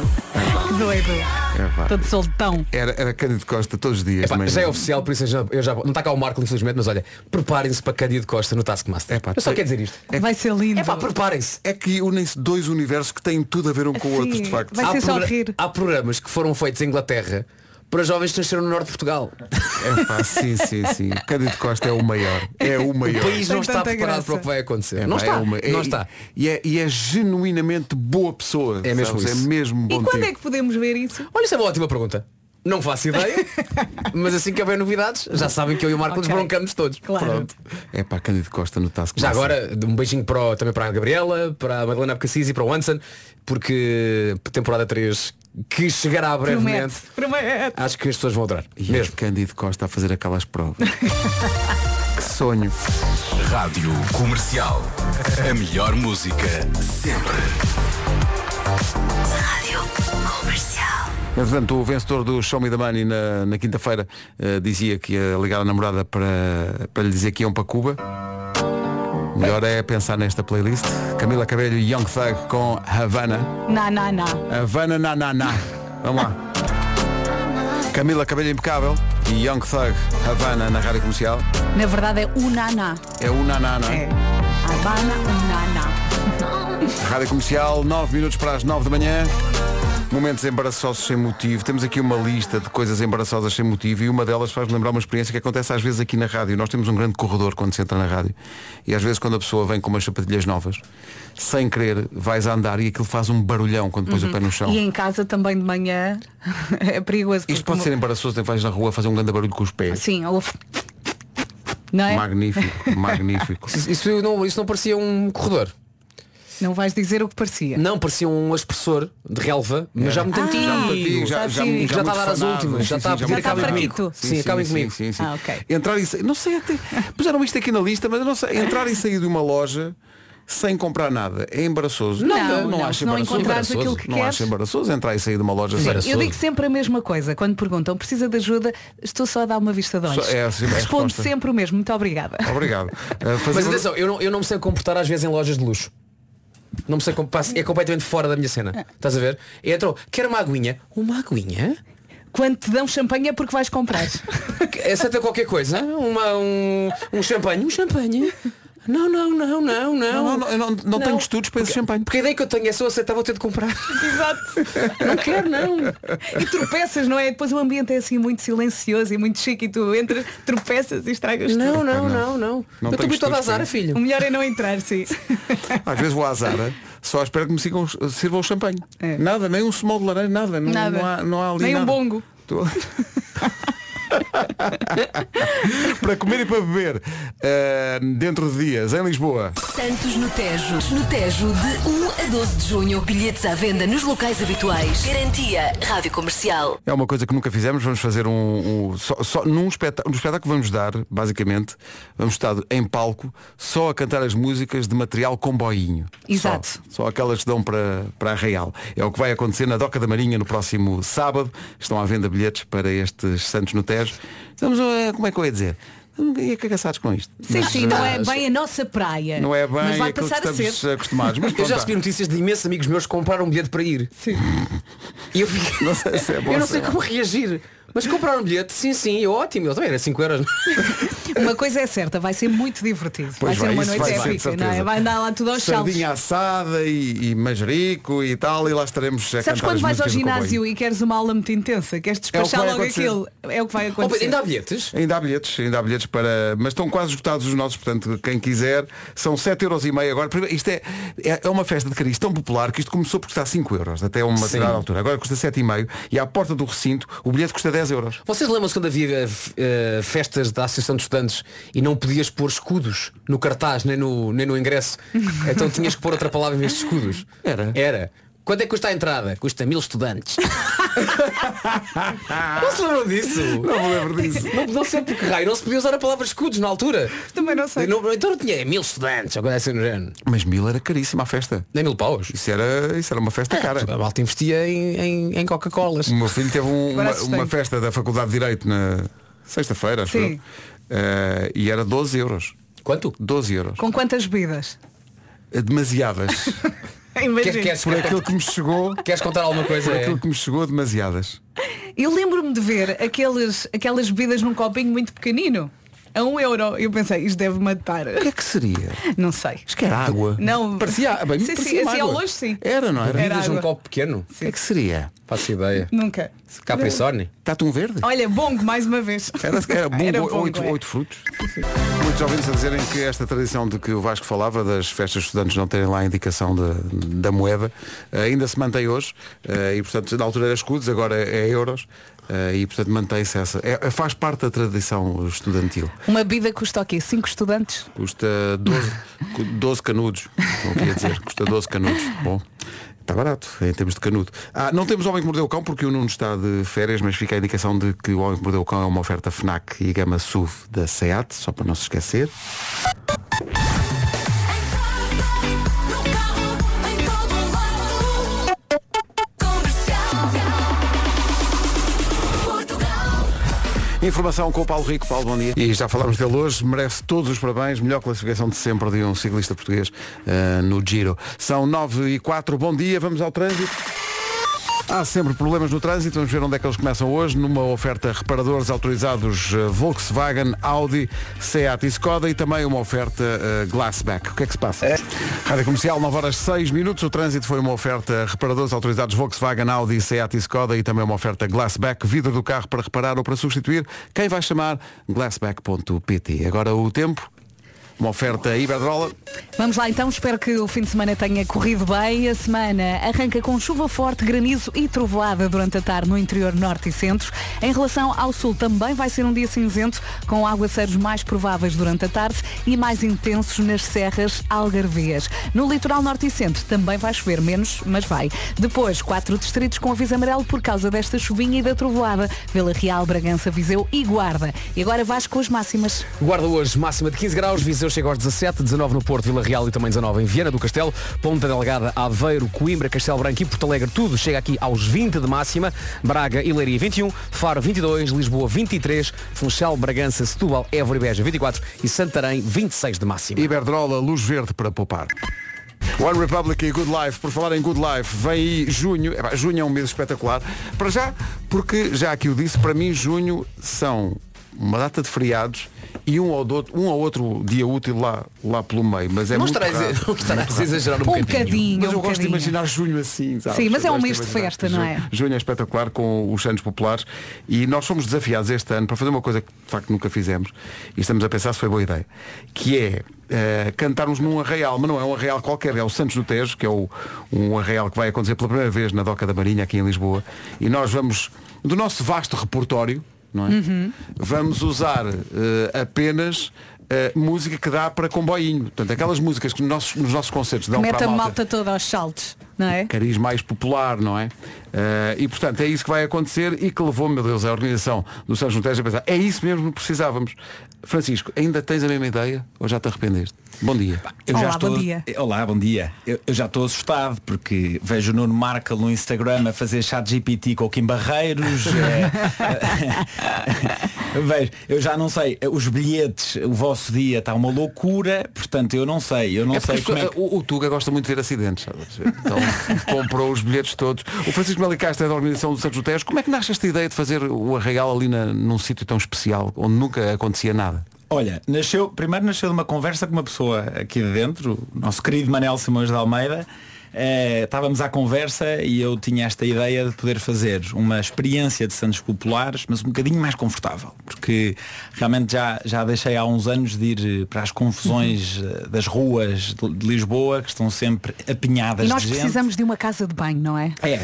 Speaker 3: Que doido. é,
Speaker 1: É,
Speaker 3: Todo soltão.
Speaker 1: Era, era Cândido Costa todos os dias.
Speaker 8: Epá,
Speaker 1: também.
Speaker 8: já é oficial, por isso eu já, eu já- Não está cá o Marco, infelizmente, mas olha, preparem-se para Cândido Costa no Taskmaster.
Speaker 1: Epá,
Speaker 8: eu só
Speaker 1: tem-
Speaker 8: quero dizer isto.
Speaker 3: Vai ser lindo.
Speaker 8: É pá, preparem-se.
Speaker 1: É que unem-se dois universos que têm tudo a ver um com o outro,
Speaker 3: Sim.
Speaker 1: de facto.
Speaker 3: Vai ser só
Speaker 8: progra-
Speaker 3: rir.
Speaker 8: há programas que foram feitos em Inglaterra para jovens que nasceram no norte de Portugal.
Speaker 1: É pá, sim, sim, sim. Cândido Costa é o maior. É o
Speaker 8: O
Speaker 1: maior.
Speaker 8: país não
Speaker 3: Tem
Speaker 8: está
Speaker 3: tanta
Speaker 8: preparado
Speaker 3: graça.
Speaker 8: para o que vai acontecer.
Speaker 1: É,
Speaker 8: não,
Speaker 1: pá,
Speaker 8: está.
Speaker 1: é uma- é-
Speaker 8: não está.
Speaker 1: E é, e é genuinamente boa pessoa.
Speaker 8: É mesmo
Speaker 1: sabes?
Speaker 8: isso.
Speaker 1: É mesmo
Speaker 3: E
Speaker 1: bom
Speaker 3: quando
Speaker 1: tipo.
Speaker 3: é que podemos ver isso?
Speaker 8: Olha, isso é uma ótima pergunta. Não faço ideia, mas assim que houver novidades, já sabem que eu e o Marco nos
Speaker 3: Ok.
Speaker 8: broncamos todos.
Speaker 3: Claro.
Speaker 8: Pronto.
Speaker 1: É pá, Cândido Costa no Task
Speaker 8: Já agora, um beijinho para o- também para a Gabriela, para a Madalena Abcacis e para o Anson, porque temporada 3 que chegará brevemente,
Speaker 3: Promete. Promete.
Speaker 8: acho que as pessoas vão adorar.
Speaker 1: E
Speaker 8: Mesmo.
Speaker 1: mesmo. Cândido Costa a fazer aquelas provas. que sonho.
Speaker 5: Rádio Comercial. A melhor música sempre.
Speaker 10: Rádio Comercial.
Speaker 1: Entretanto, o vencedor do Show Me the Money na, na quinta-feira eh, dizia que ia ligar a namorada para, para lhe dizer que iam para Cuba. Melhor é pensar nesta playlist. Camila Cabello e Young Thug com Havana.
Speaker 3: Não, não, não.
Speaker 1: Havana Eh, na na na. Vamos lá. Camila Cabello Impecável e Young Thug Havana na rádio comercial.
Speaker 3: Na verdade é o naná.
Speaker 1: É o naná, não
Speaker 3: É.
Speaker 1: é? Então.
Speaker 3: Havana, o naná. É.
Speaker 1: Rádio comercial, 9 minutos para as 9 da manhã. Momentos embaraçosos sem motivo. Temos aqui uma lista de coisas embaraçosas sem motivo e uma delas faz-me lembrar uma experiência que acontece às vezes aqui na rádio. Nós temos um grande corredor quando se entra na rádio e às vezes quando a pessoa vem com umas sapatilhas novas, sem querer, vais a andar e aquilo faz um barulhão quando pões o pé no chão.
Speaker 3: Uhum. E em casa também de manhã é perigoso.
Speaker 1: Isto
Speaker 3: porque
Speaker 1: pode ser embaraçoso, vais na rua fazer um grande barulho com os pés.
Speaker 3: Sim, ou... Não é?
Speaker 1: Magnífico, magnífico.
Speaker 8: Isso, isso não, isso não parecia um corredor.
Speaker 3: Não vais dizer o que parecia.
Speaker 8: Não, parecia um aspersor de relva, mas já me
Speaker 3: Ah,
Speaker 8: tantinho.
Speaker 3: já me
Speaker 1: Digo,
Speaker 3: já sim.
Speaker 8: Já
Speaker 1: muito
Speaker 8: está a dar as
Speaker 1: fanado.
Speaker 8: últimas, já
Speaker 1: Sim,
Speaker 8: está a
Speaker 1: sim,
Speaker 8: pedir
Speaker 3: já está
Speaker 8: acabem
Speaker 3: fraquinho.
Speaker 8: comigo.
Speaker 1: Sim,
Speaker 8: Sim,
Speaker 1: sim,
Speaker 8: acabem
Speaker 1: sim,
Speaker 8: comigo.
Speaker 1: sim, sim.
Speaker 3: Ah, ok.
Speaker 1: Entrar e sair, não sei até, puseram isto aqui na lista, mas eu não sei, entrar e sair de uma loja sem comprar nada é embaraçoso.
Speaker 3: Não,
Speaker 1: não,
Speaker 3: não,
Speaker 1: acho
Speaker 3: se não
Speaker 1: embaraçoso.
Speaker 3: encontrares
Speaker 1: Embaraçoso.
Speaker 3: aquilo que
Speaker 1: não
Speaker 3: queres.
Speaker 1: acho embaraçoso entrar e sair de uma loja sem
Speaker 3: Eu digo sempre a mesma coisa. Quando perguntam, precisa de ajuda, estou só a dar uma vista de olhos.
Speaker 1: Só- é, assim, é a
Speaker 3: Respondo
Speaker 1: resposta.
Speaker 3: sempre o mesmo. Muito obrigada.
Speaker 1: Obrigado. Uh, fazer-
Speaker 8: Mas atenção, eu não, eu não me sei comportar às vezes em lojas de luxo. Não me sei então, como passo, é completamente fora da minha cena. Estás a ver? Entrou, quer uma aguinha? Uma aguinha?
Speaker 3: Quando te dão champanhe é porque vais comprar.
Speaker 8: Aceita qualquer coisa? Uma, um, um champanhe? Um champanhe? Não, não, não, não, não.
Speaker 3: Não, não, não, eu não- não tenho estudos
Speaker 8: para esse champanhe. Porque a ideia que eu tenho é se eu aceitar vou ter de comprar.
Speaker 3: Exato. Não quero, não. E tropeças, não é? Depois o ambiente é assim muito silencioso e muito chique e tu entras, tropeças e estragas
Speaker 8: Não,
Speaker 3: tudo.
Speaker 8: não, não,
Speaker 1: Não
Speaker 8: não.
Speaker 1: Eu estou tenho habituada a estudos para azar, isso. filho.
Speaker 3: O melhor é não entrar, sim.
Speaker 1: Às vezes vou à Zara, só espero que me sigam, sirvam champanhe. Nada, nem um small de laranja, nada. Não,
Speaker 3: É. Nada.
Speaker 1: não há, não há ali
Speaker 3: Nem um
Speaker 1: nada.
Speaker 3: bongo.
Speaker 1: Tô- para comer e para beber eh, dentro de dias em Lisboa.
Speaker 10: Santos no Tejo. No Tejo, de 1 a 12 de junho. Bilhetes à venda nos locais habituais. Garantia Rádio Comercial.
Speaker 1: É uma coisa que nunca fizemos, vamos fazer um. um- só, só num espetáculo, no espetáculo que vamos dar, basicamente, vamos estar em palco só a cantar as músicas de material comboinho.
Speaker 3: Exato.
Speaker 1: Só, só aquelas que dão para, para a Real. É o que vai acontecer na Doca da Marinha no próximo sábado. Estão à venda bilhetes para estes Santos no Tejo. Estamos, eh, como é que eu ia dizer? Estamos eh, cagaçados com isto.
Speaker 3: Sim,
Speaker 1: Mas,
Speaker 3: sim, não é
Speaker 1: mas-
Speaker 3: bem a nossa praia.
Speaker 1: Não é bem
Speaker 3: mas vai
Speaker 1: aquilo que
Speaker 3: passar a
Speaker 1: estamos
Speaker 3: ser.
Speaker 1: acostumados. Mas
Speaker 8: eu
Speaker 1: pronto,
Speaker 8: já recebi notícias de imensos amigos meus que compraram um bilhete para ir.
Speaker 3: Sim.
Speaker 8: E eu fiquei.
Speaker 1: Não sei se é bom
Speaker 8: eu não
Speaker 1: ou
Speaker 8: sei
Speaker 1: se é
Speaker 8: como reagir. Mas compraram um bilhete, sim, sim, eu ótimo. Eu também era 5 euros.
Speaker 3: Uma coisa é certa, vai ser muito divertido.
Speaker 1: Pois
Speaker 3: vai
Speaker 1: vai,
Speaker 3: ser uma
Speaker 1: isso
Speaker 3: noite
Speaker 1: vai ser, de
Speaker 3: épica, não é?
Speaker 1: certeza.
Speaker 3: Vai andar lá tudo aos saltos.
Speaker 1: Sardinha assada e, e manjerico e tal, e lá estaremos a
Speaker 3: Sabes
Speaker 1: cantar
Speaker 3: quando
Speaker 1: as
Speaker 3: vais ao
Speaker 1: músicas do É
Speaker 3: ginásio e queres uma aula muito intensa? Queres despachar
Speaker 1: vai
Speaker 3: logo
Speaker 1: acontecer.
Speaker 3: aquilo? É o que vai
Speaker 1: comboio.
Speaker 3: acontecer.
Speaker 8: bilhetes?
Speaker 1: Ainda há bilhetes, ainda há bilhetes para. Mas estão quase esgotados os nossos, portanto, quem quiser, são 7,5€ agora. Primeiro, Isto é, é é uma festa de cariz tão popular que isto começou por custar 5€ euros, até uma
Speaker 8: Sim.
Speaker 1: determinada altura. Agora custa 7,5€ e à porta do recinto o bilhete custa 10€. euros.
Speaker 8: Vocês lembram-se quando havia eh, festas da Associação de Estudantes e não podias pôr escudos no cartaz nem no, nem no ingresso? Então tinhas que pôr outra palavra em vez de escudos. Era. Era. Quanto é que custa a entrada? Custa mil estudantes. não se lembram disso?
Speaker 1: Não me lembro disso.
Speaker 8: Não, não sei porque raio, não se podia usar a palavra escudos na altura.
Speaker 3: Também não sei.
Speaker 8: então não tinha mil estudantes, agora é assim no género.
Speaker 1: Mas mil era caríssima a festa.
Speaker 8: Nem mil paus.
Speaker 1: Isso era, isso era uma festa cara.
Speaker 8: A malta investia em, em, em Coca-Colas.
Speaker 1: O meu filho teve um- uma,
Speaker 8: Parece
Speaker 1: uma
Speaker 8: bem.
Speaker 1: festa da Faculdade de Direito na sexta-feira, acho
Speaker 3: Sim.
Speaker 1: eu. Eh, e era 12 euros.
Speaker 8: Quanto?
Speaker 1: 12 euros. É
Speaker 3: Com quantas bebidas?
Speaker 1: Demasiadas.
Speaker 3: Imagina.
Speaker 1: Por aquilo que me chegou.
Speaker 8: Queres contar alguma coisa?
Speaker 1: Por
Speaker 3: é?
Speaker 1: aquilo que me chegou, demasiadas.
Speaker 3: Eu lembro-me de ver aqueles, aquelas bebidas num copinho muito pequenino. A um euro. Eu pensei, isto deve matar. O
Speaker 1: que é que seria?
Speaker 3: Não sei.
Speaker 1: Acho que era É água.
Speaker 3: Não.
Speaker 1: Parecia, bem,
Speaker 3: Sim,
Speaker 1: parecia
Speaker 3: sim, assim
Speaker 1: água. É.
Speaker 3: ao longe, sim. É,
Speaker 1: Era,
Speaker 8: É.
Speaker 1: não era?
Speaker 3: Era Bebidas num água.
Speaker 8: um copo pequeno.
Speaker 1: O que é que seria?
Speaker 8: Faço ideia.
Speaker 3: Nunca.
Speaker 8: Capricone?
Speaker 1: Está-te um verde?
Speaker 3: Olha, bongo mais uma vez.
Speaker 1: Era, era bom,
Speaker 3: Era
Speaker 1: oito-
Speaker 3: bongo,
Speaker 1: oito,
Speaker 3: é.
Speaker 1: oito frutos. Muitos ouvintes a dizerem que esta tradição de que o Vasco falava, das festas de estudantes não terem lá a indicação de- da moeda, ainda se mantém hoje. eh, E, portanto, na altura era escudos, agora é euros. eh, E, portanto, mantém-se essa. É- faz parte da tradição estudantil.
Speaker 3: Uma bebida custa o quê? Cinco estudantes?
Speaker 1: Custa 12, cu- 12 canudos. Não queria dizer, custa 12 canudos. Bom, está barato em termos de canudo. Ah, não temos Homem que Mordeu o Cão porque o Nuno está de férias, mas fica a indicação de que o Homem que Mordeu o Cão é uma oferta FNAC e gama SUV da SEAT, só para não se esquecer. Informação com o Paulo Rico. Paulo, bom dia. E já falámos dele hoje, merece todos os parabéns. Melhor classificação de sempre de um ciclista português ah, no Giro. São 9 e 4, bom dia, vamos ao trânsito. Há sempre problemas no trânsito, vamos ver onde é que eles começam hoje, numa oferta reparadores autorizados eh, Volkswagen, Audi, Seat e Skoda e também uma oferta eh, Glassback. O que é que se passa? Rádio Comercial, 9 horas 6 minutos, o trânsito foi uma oferta reparadores autorizados Volkswagen, Audi, Seat e Skoda e também uma oferta Glassback, vidro do carro para reparar ou para substituir. Quem vai chamar? Glassback.pt. Agora o tempo, uma oferta Iberdrola.
Speaker 3: Vamos lá então, espero que o fim de semana tenha corrido bem. A semana arranca com chuva forte, granizo e trovoada durante a tarde no interior norte e centro. Em relação ao sul, também vai ser um dia cinzento, com aguaceiros mais prováveis durante a tarde e mais intensos nas serras algarvias. No litoral norte e centro também vai chover menos,
Speaker 10: Um
Speaker 3: mas vai. Depois, quatro distritos com aviso amarelo por causa desta chuvinha e da trovoada. Vila Real, Bragança, Viseu e Guarda. E agora vais com as máximas.
Speaker 8: Guarda hoje máxima de 15 graus, Viseu chega aos 17, 19 no Porto, Vila Real e também 19 em Viana do Castelo, Ponta Delgada, Aveiro, Coimbra, Castelo Branco e Porto Alegre, tudo chega aqui aos 20 de máxima, Braga e Leiria 21, Faro 22, Lisboa 23, Funchal, Bragança, Setúbal, Évora e Beja 24 e Santarém 26 de máxima.
Speaker 1: Iberdrola, luz verde para poupar. One Republic e Good Life, por falar em Good Life, vem aí junho, Epá, junho é um mês espetacular. Para já, Porque, já aqui o disse, para mim junho são uma data de feriados e um ou, do outro, um ou outro dia útil lá, lá pelo meio. Mas é
Speaker 8: Não
Speaker 1: muito
Speaker 8: estarás-
Speaker 1: raro.
Speaker 8: não estarás
Speaker 1: Muito raro.
Speaker 8: a exagerar um Um bocadinho. bocadinho,
Speaker 1: Mas
Speaker 8: um
Speaker 1: eu gosto de
Speaker 8: bocadinho.
Speaker 1: imaginar junho assim. sabes?
Speaker 3: Sim, mas
Speaker 1: Eu
Speaker 3: é um
Speaker 1: gosto de
Speaker 3: mês de
Speaker 1: imaginar.
Speaker 3: festa, não é?
Speaker 1: Ju- Junho é espetacular com os anos populares e nós fomos desafiados este ano para fazer uma coisa que de facto nunca fizemos e estamos a pensar se foi boa ideia, que é eh, cantarmos num arraial, mas não é um arraial qualquer, é o Santos do Tejo, que é o- um arraial que vai acontecer pela primeira vez na Doca da Marinha aqui em Lisboa e nós vamos, do nosso vasto repertório, não é?
Speaker 11: Uhum.
Speaker 1: vamos usar eh, apenas eh, música que dá para comboinho. Portanto, aquelas músicas que nos nossos, nos nossos concertos dão
Speaker 3: Mete
Speaker 1: para
Speaker 3: é a
Speaker 1: a
Speaker 3: malta.
Speaker 1: malta Um
Speaker 3: toda aos saltos, não é?
Speaker 1: cariz mais popular, não é? Eh, e portanto é isso que vai acontecer e que levou, meu Deus, a organização do São Juntejo a pensar, é isso mesmo que precisávamos. Francisco, ainda tens a mesma ideia ou já te arrependeste? Bom dia.
Speaker 12: Eu já estou- Olá, bom dia. Eu, eu já estou assustado porque vejo o Nuno Marca no Instagram a fazer chat GPT com o Kim Barreiros. é- vejo, eu já não sei, os bilhetes, o vosso dia está uma loucura, portanto eu não sei, eu não
Speaker 1: É porque
Speaker 12: sei
Speaker 1: as
Speaker 12: como é
Speaker 1: pessoas-
Speaker 12: que.
Speaker 1: o, o Tuga gosta muito de ver acidentes, sabe? Então comprou os bilhetes todos. O Francisco Malicastro é da organização do Santos do Tejo. Como é que nasce esta ideia de fazer o arraial ali na- num sítio tão especial, onde nunca acontecia nada?
Speaker 12: Olha, nasceu, primeiro nasceu de uma conversa com uma pessoa aqui de dentro, o nosso querido Manel Simões de Almeida. Eh, estávamos à conversa e eu tinha esta ideia de poder fazer uma experiência de Santos Populares, mas um bocadinho mais confortável, porque realmente já, já deixei há uns anos de ir eh, para as confusões
Speaker 3: Uhum.
Speaker 12: eh, das ruas de, de Lisboa, que estão sempre apinhadas
Speaker 3: E nós
Speaker 12: de gente.
Speaker 3: precisamos de uma casa de banho, não é?
Speaker 12: É,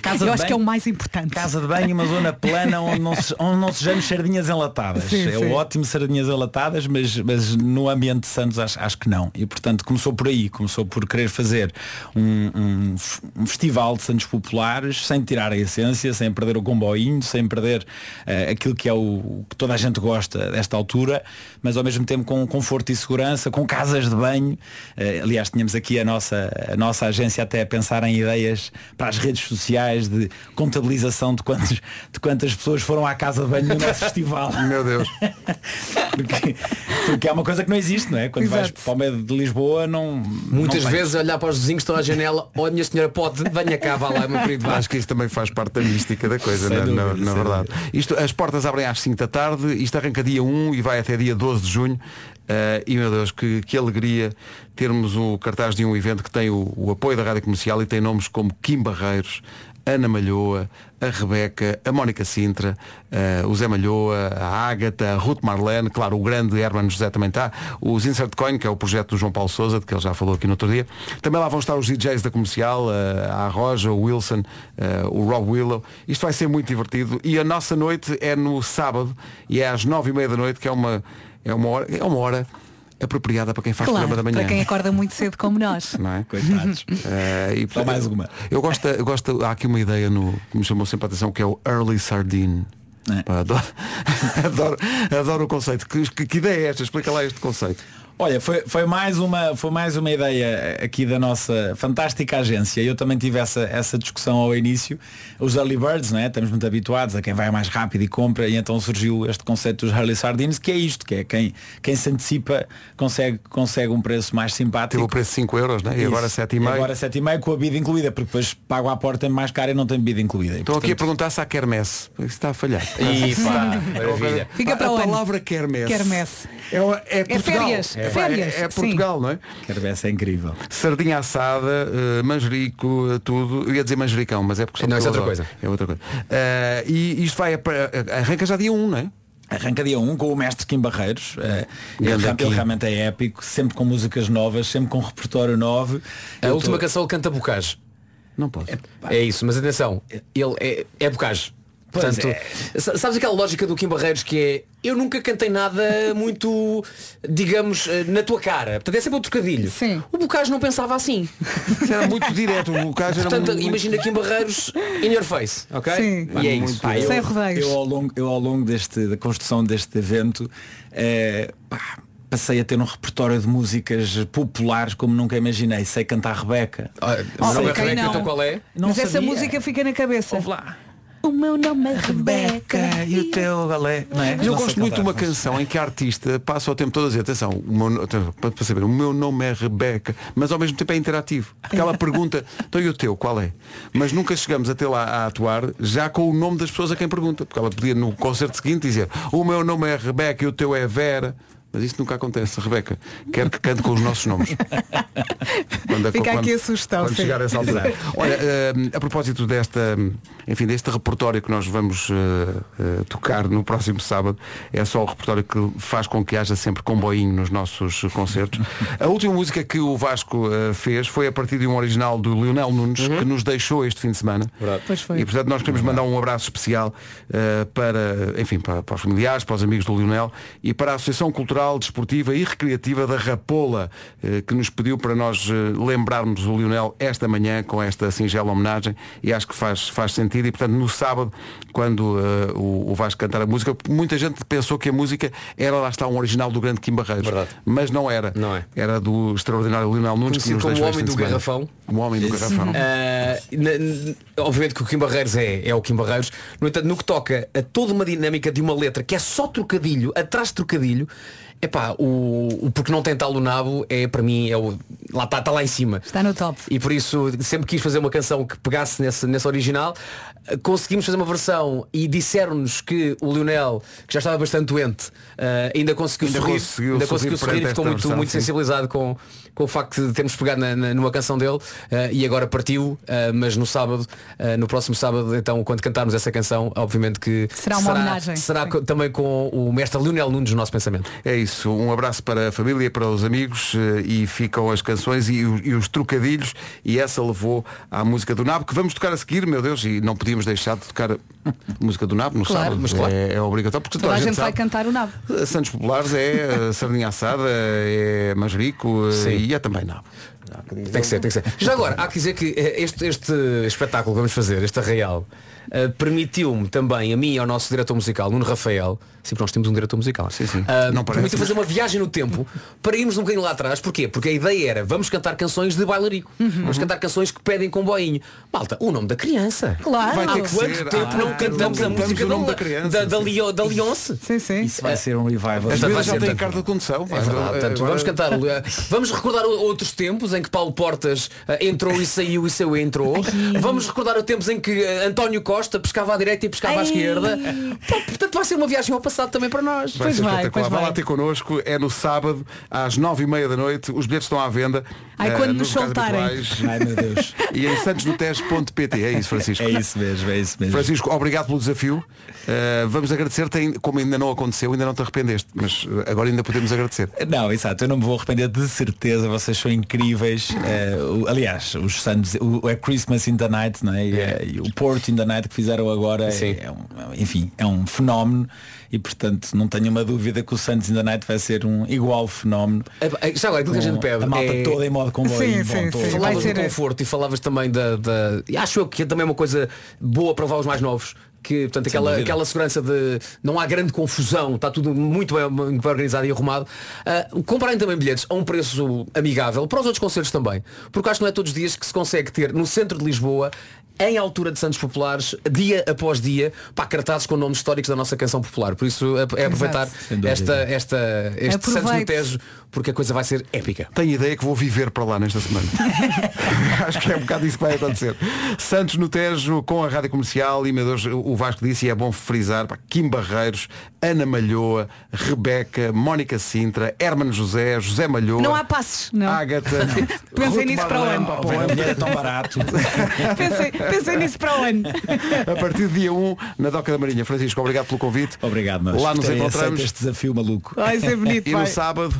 Speaker 12: casa
Speaker 3: Eu
Speaker 12: de
Speaker 3: acho que é
Speaker 12: banho.
Speaker 3: o mais importante.
Speaker 12: Casa de banho, uma zona plana onde não, se, onde não sejamos sardinhas enlatadas.
Speaker 3: Sim,
Speaker 12: é
Speaker 3: sim.
Speaker 12: ótimo sardinhas enlatadas, mas, mas no ambiente de Santos acho, acho que não. E portanto começou por aí, começou por querer fazer um, um f- um festival de Santos populares sem tirar a essência, sem perder o comboinho, sem perder eh, aquilo que é o, o que toda a gente gosta desta altura, mas ao mesmo tempo com conforto e segurança, com casas de banho. Eh, aliás, tínhamos aqui a nossa, a nossa agência até a pensar em ideias para as redes sociais de contabilização de, quantos, de quantas pessoas foram à casa de banho no nosso festival.
Speaker 1: Meu Deus.
Speaker 12: porque, porque é uma coisa que não existe, não é? Quando vais
Speaker 8: Exato.
Speaker 12: para o meio de Lisboa não.
Speaker 8: Muitas
Speaker 12: não tens.
Speaker 8: vezes olhar para os vizinhos que estão à janela, ou a minha senhora pode, venha cá, vá lá, meu querido. vá.
Speaker 1: Acho que isso também faz parte da mística da coisa,
Speaker 8: Sem
Speaker 1: na, na-
Speaker 8: dúvida,
Speaker 1: na
Speaker 8: sem
Speaker 1: verdade. Isto, as portas abrem às 5 da tarde, isto arranca dia 1 e vai até dia 12 de junho. Eh, e meu Deus, que, que alegria termos o cartaz de um evento que tem o, o apoio da Rádio Comercial e tem nomes como Kim Barreiros, Ana Malhoa, a Rebeca, a Mónica Sintra, eh, o Zé Malhoa, a Ágata, a Ruth Marlene, claro, o grande Herman José também está, os Insert Coin, que é o projeto do João Paulo Souza, de que ele já falou aqui no outro dia. Também lá vão estar os DJs da comercial, eh, a Roja, o Wilson, eh, o Rob Willow. Isto vai ser muito divertido. E a nossa noite é no sábado e é às nove e meia da noite, que é uma, é uma, hora, é uma hora apropriada para quem faz
Speaker 3: Claro,
Speaker 1: programa da manhã.
Speaker 3: para quem é acorda muito cedo como nós.
Speaker 1: Não é?
Speaker 12: Coitados.
Speaker 1: Eh, e, portanto,
Speaker 12: mais uma.
Speaker 1: Eu gosto, eu gosto, há aqui uma ideia no, que me chamou sempre a atenção, que é o Early Sardine.
Speaker 12: É.
Speaker 1: Pá, adoro, adoro, adoro o conceito. Que, que- que ideia é esta? Explica lá este conceito.
Speaker 12: Olha, foi, foi, mais uma, foi mais uma ideia aqui da nossa fantástica agência. Eu também tive essa, essa discussão ao início. Os early birds, né? estamos muito habituados a quem vai mais rápido e compra, e então surgiu este conceito dos early sardines, que é isto, que é quem, quem se antecipa consegue, consegue um preço mais simpático.
Speaker 1: Teve o preço de 5 euros, né? e agora
Speaker 12: Isso.
Speaker 1: 7,5.
Speaker 12: E Agora 7,5 com a bebida incluída, porque depois pago à porta é mais cara e não tem bebida incluída.
Speaker 1: Estão aqui a perguntar se há quermesse. Isso está a falhar.
Speaker 12: E pá,
Speaker 1: maravilha.
Speaker 3: Fica para
Speaker 1: a
Speaker 3: onde?
Speaker 1: palavra quermesse.
Speaker 3: Quermesse.
Speaker 1: É, uma- é Portugal.
Speaker 3: férias.
Speaker 1: É,
Speaker 3: férias.
Speaker 1: é, é
Speaker 3: sim.
Speaker 1: Portugal, não é?
Speaker 12: Quermesse é incrível.
Speaker 1: Sardinha assada, eh, manjerico, eh, tudo. Eu ia dizer manjericão, mas é porque só
Speaker 8: Não,
Speaker 1: porque
Speaker 8: isso é
Speaker 1: eu
Speaker 8: outra
Speaker 1: adoro. É outra coisa. Eh, e isto vai. a- a- Arranca já dia 1, não é?
Speaker 12: Arranca dia 1 com o mestre Kim Barreiros. eh, ele,
Speaker 1: Grande
Speaker 12: real-
Speaker 1: Kim.
Speaker 12: ele realmente é épico, sempre com músicas novas, sempre com repertório novo.
Speaker 8: A
Speaker 12: Eu
Speaker 8: última
Speaker 12: tô-
Speaker 8: canção ele canta bocage.
Speaker 1: Não pode.
Speaker 8: É isso, mas atenção, ele é, é bocage.
Speaker 12: Pois
Speaker 8: Portanto,
Speaker 12: é.
Speaker 8: sa- sabes aquela lógica do Kim Barreiros que é eu nunca cantei nada muito, digamos, eh, na tua cara. Portanto, é sempre um trocadilho. Sim. O Bocage não pensava assim.
Speaker 1: Era muito direto. O Bocage era
Speaker 8: Portanto,
Speaker 1: muito-
Speaker 8: imagina Kim Barreiros in your face, ok? E é isso.
Speaker 12: Pá, eu, eu ao longo, eu ao longo deste, da construção deste evento eh, pá, passei a ter um repertório de músicas populares como nunca imaginei. Sei cantar Rebeca.
Speaker 8: Ah,
Speaker 12: Sei-
Speaker 3: Quem não? é então
Speaker 12: Não
Speaker 8: é.
Speaker 3: Mas essa
Speaker 12: sabia.
Speaker 3: música fica na cabeça. O meu nome é Rebeca.
Speaker 9: E o teu balé, não é?
Speaker 1: Mas eu gosto muito de uma canção em que a artista passa o tempo todo a dizer, atenção, o meu no- atenção, para para saber, o meu nome é Rebeca, mas ao mesmo tempo é interativo. Porque ela pergunta, então e o teu, qual é? Mas nunca chegamos até lá a atuar já com o nome das pessoas a quem pergunta. Porque ela podia no concerto seguinte dizer, o meu nome é Rebeca e o teu é Vera. Mas isso nunca acontece, Rebeca. Quero que cante com os nossos nomes. Quando-
Speaker 3: Fica
Speaker 1: quando-
Speaker 3: aqui a sugestão,
Speaker 1: Quando
Speaker 3: sim.
Speaker 1: chegar a essa altura. Olha, eh, a propósito desta, enfim, deste repertório que nós vamos eh, eh, tocar no próximo sábado, é só o repertório que faz com que haja sempre comboinho nos nossos concertos. A última música que o Vasco eh, fez foi a partir de um original do Lionel Nunes, que nos deixou este fim de semana.
Speaker 3: Uhum. Pois foi.
Speaker 1: E portanto nós queremos mandar um abraço especial eh, para, enfim, para, para os familiares, para os amigos do Lionel e para a Associação Cultural, Desportiva e Recreativa da Rapola, eh, que nos pediu para nós eh, lembrarmos o Lionel esta manhã com esta singela homenagem e acho que faz, faz sentido e portanto no sábado, quando eh, o, o Vasco cantar a música, muita gente pensou que a música era lá está um original do grande Kim Barreiros. Mas não era. Não é. Era do extraordinário Lionel Nunes que
Speaker 8: Conhecido
Speaker 1: nos
Speaker 8: como o
Speaker 1: deixou este
Speaker 8: homem
Speaker 1: fim de
Speaker 8: do
Speaker 1: semana.
Speaker 8: garrafão.
Speaker 1: O homem do garrafão.
Speaker 8: Ah, na- n- obviamente que o Kim Barreiros é, é o Kim Barreiros. No entanto, no que toca a toda uma dinâmica de uma letra que é só trocadilho, atrás de trocadilho, epá, o, o porque não tem tal o nabo é para mim, é o, lá está tá lá em cima.
Speaker 3: Está no top.
Speaker 8: E por isso sempre quis fazer uma canção que pegasse nesse, nesse original. Eh, Conseguimos fazer uma versão e disseram-nos que o Lionel, que já estava bastante doente, eh, ainda conseguiu
Speaker 1: Ainda
Speaker 8: sorrir,
Speaker 1: conseguiu
Speaker 8: ainda
Speaker 1: sorrir
Speaker 8: conseguiu
Speaker 1: perante
Speaker 8: sorrir e ficou
Speaker 1: esta
Speaker 8: muito,
Speaker 1: versão,
Speaker 8: muito
Speaker 1: sim.
Speaker 8: sensibilizado com, com o facto de termos pegado na, na- numa canção dele eh, e agora partiu, eh, mas no sábado, eh, no próximo sábado, então quando cantarmos essa canção, obviamente que
Speaker 3: Será uma homenagem.
Speaker 8: será co- também com o mestre Lionel Nunes no nosso pensamento.
Speaker 1: É isso, um abraço para a família, para os amigos eh, e ficam as canções e, o- e os trocadilhos e essa levou à música do Nabo que vamos tocar a seguir, meu Deus, e não podíamos deixar de tocar a música do Nabo no
Speaker 3: Claro.
Speaker 1: sábado,
Speaker 3: Mas claro.
Speaker 1: é, é obrigatório porque
Speaker 3: Toda a gente vai
Speaker 1: sabe.
Speaker 3: cantar o nabo.
Speaker 1: eh, Santos Populares é eh, sardinha assada, é manjerico eh,
Speaker 8: Sim.
Speaker 1: e é também Nabo.
Speaker 8: Tem que ser, tem que ser. Já agora, há que dizer que eh, este, este espetáculo que vamos fazer, este arraial, eh, permitiu-me também, a mim e ao nosso diretor musical, Nuno Rafael, sim, porque nós temos um diretor musical, sim, sim.
Speaker 1: Não parece,
Speaker 8: permitiu
Speaker 1: mas-
Speaker 8: fazer uma viagem no tempo para irmos um bocadinho lá atrás. Porquê? Porque a ideia era, vamos cantar canções de bailarico. Vamos cantar canções que pedem comboinho. Malta, o nome da criança.
Speaker 3: Claro.
Speaker 8: Há
Speaker 3: Vai ter que
Speaker 8: quanto
Speaker 3: ser.
Speaker 8: tempo
Speaker 3: Ah,
Speaker 8: não cantamos a
Speaker 1: cantamos
Speaker 8: música
Speaker 1: o nome
Speaker 8: da,
Speaker 1: da criança,
Speaker 8: da, da, Lio- da Leonce?
Speaker 3: Sim, sim.
Speaker 12: Isso vai ser um revival.
Speaker 1: As
Speaker 8: Esta vai
Speaker 1: miúdas já
Speaker 8: ser
Speaker 1: têm
Speaker 8: tanto-
Speaker 1: carta de condução.
Speaker 8: é verdade, portanto, vamos cantar. eh, Vamos recordar o- outros tempos em que Paulo Portas eh, entrou e saiu e saiu e entrou. Vamos recordar os tempos em que eh, António Costa pescava à direita e pescava à
Speaker 3: Ai.
Speaker 8: esquerda. Pá, Portanto, vai ser uma viagem ao passado também para nós.
Speaker 1: Vai
Speaker 3: Pois
Speaker 1: ser
Speaker 3: vai,
Speaker 1: espetacular.
Speaker 3: pois
Speaker 1: Vai lá
Speaker 3: vai.
Speaker 1: ter connosco, é no sábado, às nove e meia da noite, os bilhetes estão à venda.
Speaker 3: Ai,
Speaker 1: eh,
Speaker 3: quando
Speaker 1: nos
Speaker 3: nos
Speaker 1: locais
Speaker 3: soltarem.
Speaker 1: habituais.
Speaker 12: Ai meu Deus.
Speaker 1: E em santosnotejo.pt É isso, Francisco.
Speaker 12: É isso mesmo, é isso mesmo.
Speaker 1: Francisco, obrigado pelo desafio. Uh, vamos agradecer-te, ainda- como ainda não aconteceu, ainda não te arrependeste, mas uh, agora ainda podemos agradecer.
Speaker 12: Não, exato, eu não me vou arrepender de certeza, vocês são incríveis. Eh, o- aliás, os Santos, o, é Christmas in the Night, não é? E, eh, e o Porto in the Night que fizeram agora,
Speaker 8: Sim.
Speaker 12: é, é um, é um- enfim, é um fenómeno e portanto não tenho uma dúvida que o Santos in the Night vai ser um igual fenómeno.
Speaker 8: Eh, Já agora, aquilo que a gente pede.
Speaker 12: a malta
Speaker 8: é-
Speaker 12: toda em modo
Speaker 3: Sim,
Speaker 12: comboio. vão
Speaker 3: sim,
Speaker 12: todos.
Speaker 3: sim. Vai
Speaker 8: Falavas
Speaker 3: ser-
Speaker 8: do conforto e falavas também da, da- e Acho eu que é também uma coisa boa para levar os mais novos. Que, portanto, aquela,
Speaker 12: dúvida.
Speaker 8: aquela segurança de não há grande confusão, está tudo muito bem, muito bem organizado e arrumado. Ah, comprarem também bilhetes a um preço amigável, para os outros concertos também. Porque acho que não é todos os dias que se consegue ter no centro de Lisboa, em altura de Santos Populares, dia após dia, pá, cartazes com nomes históricos da nossa canção popular. Por isso é aproveitar
Speaker 12: Sem dúvida.
Speaker 8: esta, esta, este Santos no
Speaker 3: Aproveite.
Speaker 8: Tejo, porque a coisa vai ser épica.
Speaker 1: Tenho ideia que vou viver para lá nesta semana. Acho que é um bocado isso que vai acontecer. Santos no Tejo com a Rádio Comercial e meu Deus, o Vasco disse, e é bom frisar, pá, Kim Barreiros, Ana Malhoa, Rebeca, Mónica Sintra, Hermano José, José Malhoa,
Speaker 3: Não há passos, não.
Speaker 1: Ágata,
Speaker 3: Pensem
Speaker 1: Ruth
Speaker 3: nisso para o
Speaker 1: Marlene,
Speaker 3: ano.
Speaker 1: pá, para o
Speaker 12: Pá,
Speaker 1: ano.
Speaker 12: o dinheiro é tão barato.
Speaker 3: pensei, pensei nisso para o ano.
Speaker 1: A partir do dia 1, na Doca da Marinha. Francisco, obrigado pelo convite.
Speaker 12: Obrigado, mas
Speaker 1: Lá nos
Speaker 12: terem aceito
Speaker 1: encontramos.
Speaker 12: este desafio maluco.
Speaker 3: Vai ser bonito.
Speaker 1: E
Speaker 3: vai.
Speaker 1: no sábado,